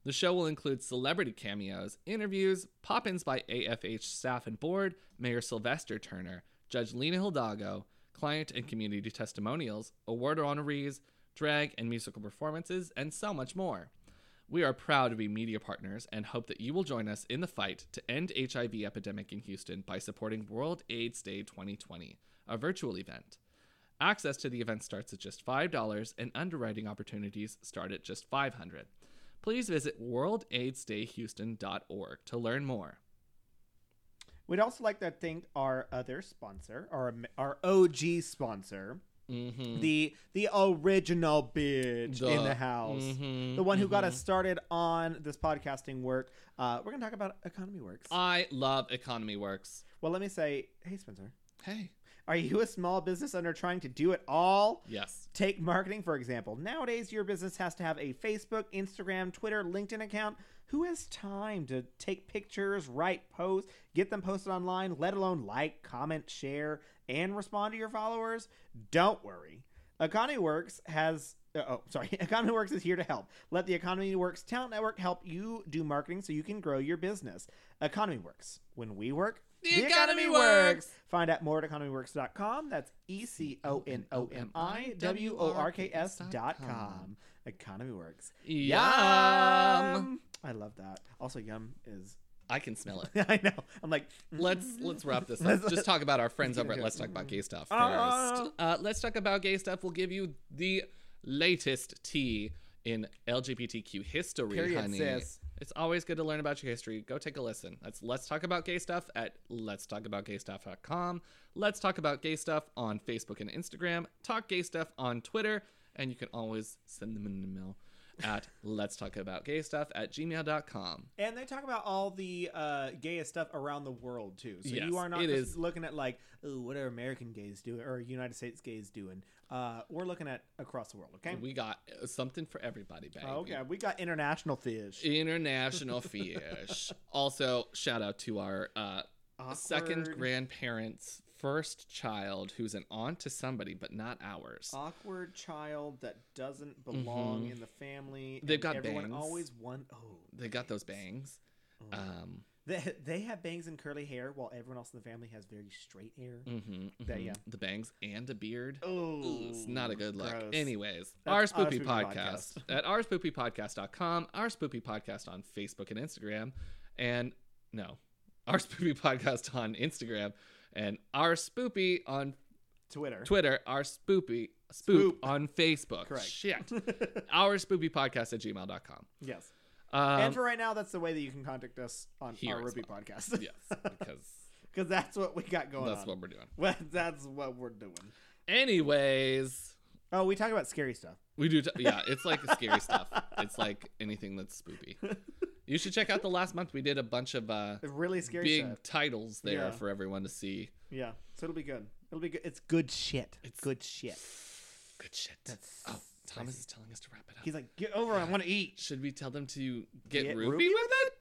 Speaker 1: The show will include celebrity cameos, interviews, pop ins by AFH staff and board, Mayor Sylvester Turner, Judge Lena Hildago, client and community testimonials, award honorees, drag and musical performances, and so much more. We are proud to be media partners and hope that you will join us in the fight to end HIV epidemic in Houston by supporting World AIDS Day 2020, a virtual event. Access to the event starts at just $5 and underwriting opportunities start at just 500. Please visit worldaidsdayhouston.org to learn more.
Speaker 2: We'd also like to thank our other sponsor, our our OG sponsor,
Speaker 1: Mm-hmm.
Speaker 2: the the original bitch in the house,
Speaker 1: Mm-hmm.
Speaker 2: the one who got us started on this podcasting work. Uh, we're gonna talk about Economy Works.
Speaker 1: Mm-hmm. I love Economy Works.
Speaker 2: well, let me say, hey Spencer,
Speaker 1: Hey.
Speaker 2: are you a small business owner trying to do it all?
Speaker 1: Yes.
Speaker 2: Take marketing, for example. Nowadays, your business has to have a Facebook, Instagram, Twitter, LinkedIn account. Who has time to take pictures, write posts, get them posted online, let alone like, comment, share, and respond to your followers? Don't worry. Economy Works has. Uh, oh, sorry. Economy Works is here to help. Let the Economy Works Talent Network help you do marketing so you can grow your business. Economy Works. When we work,
Speaker 1: The economy works.
Speaker 2: Find out more at economyworks.com. That's E C O N O M I W O R K S dot com. Economy Works.
Speaker 1: Yum.
Speaker 2: I love that. Also, yum is.
Speaker 1: I can smell it.
Speaker 2: I know. I'm like. mm.
Speaker 1: Let's let's wrap this
Speaker 2: Let's-
Speaker 1: up. Just talk about our friends
Speaker 2: Let's
Speaker 1: over at
Speaker 2: do it.
Speaker 1: Let's Talk About Gay Stuff
Speaker 2: Ah.
Speaker 1: first. Uh, let's talk about gay stuff. We'll give you the latest tea in LGBTQ history,
Speaker 2: Period,
Speaker 1: honey.
Speaker 2: sis.
Speaker 1: It's always good to learn about your history. Go take a listen. That's Let's Talk About Gay Stuff at Let's Talk About Gay Stuff.com. Let's Talk About Gay Stuff on Facebook and Instagram. Talk Gay Stuff on Twitter. And you can always send them an email at Let's Talk About Gay Stuff at gmail.com.
Speaker 2: And they talk about all the uh, gayest stuff around the world too. So
Speaker 1: Yes,
Speaker 2: you are not
Speaker 1: it
Speaker 2: just
Speaker 1: is.
Speaker 2: looking at like, oh, what are American gays doing or United States gays doing? Uh, we're looking at across the world. Okay.
Speaker 1: We got uh, something for everybody, baby.
Speaker 2: okay. We got international fish.
Speaker 1: International fish. also, shout out to our uh, second
Speaker 2: Awkward-
Speaker 1: grandparents' first child, who's an aunt to somebody, but not ours.
Speaker 2: awkward child that doesn't belong
Speaker 1: Mhm.
Speaker 2: in the family.
Speaker 1: They've
Speaker 2: and
Speaker 1: got
Speaker 2: everyone
Speaker 1: bangs.
Speaker 2: always one. Oh,
Speaker 1: they got those bangs.
Speaker 2: Oh.
Speaker 1: Um,
Speaker 2: they, they have bangs and curly hair, while everyone else in the family has very straight hair.
Speaker 1: mhm,
Speaker 2: That-
Speaker 1: mhm.
Speaker 2: yeah.
Speaker 1: The bangs and a beard.
Speaker 2: Oh,
Speaker 1: Ooh, it's not a good look.
Speaker 2: gross.
Speaker 1: Anyways, our
Speaker 2: That's
Speaker 1: spoopy
Speaker 2: Our Spoopy
Speaker 1: podcast at our spoopy podcast.com, our spoopy podcast on Facebook and Instagram, and no, our spoopy podcast on Instagram, and our spoopy on
Speaker 2: Twitter.
Speaker 1: Twitter, our spoopy spoop,
Speaker 2: Spoop.
Speaker 1: on Facebook.
Speaker 2: Correct.
Speaker 1: Shit. our spoopy podcast at gmail.com.
Speaker 2: yes.
Speaker 1: Um,
Speaker 2: and for right now, that's the way that you can contact us on
Speaker 1: Here
Speaker 2: our
Speaker 1: as
Speaker 2: Ruby podcast.
Speaker 1: yes, because
Speaker 2: because that's what we got going
Speaker 1: that's
Speaker 2: on.
Speaker 1: what we're doing.
Speaker 2: Well, that's what we're doing.
Speaker 1: Anyways,
Speaker 2: Oh, we talk about scary stuff.
Speaker 1: we do. T- yeah, it's like scary stuff. It's like anything that's spoopy. You should check out the last month. We did a bunch of uh,
Speaker 2: Really scary
Speaker 1: big
Speaker 2: stuff.
Speaker 1: titles there
Speaker 2: Yeah.
Speaker 1: for everyone to see.
Speaker 2: Yeah. So it'll be good. It'll be good. It's good shit. It's
Speaker 1: It's-
Speaker 2: good shit.
Speaker 1: Good shit.
Speaker 2: That's
Speaker 1: oh, Thomas
Speaker 2: spicy.
Speaker 1: is telling us to wrap it up.
Speaker 2: He's like, get over. I want to eat.
Speaker 1: should we tell them to get,
Speaker 2: Get
Speaker 1: Ruby,
Speaker 2: Ruby
Speaker 1: with it?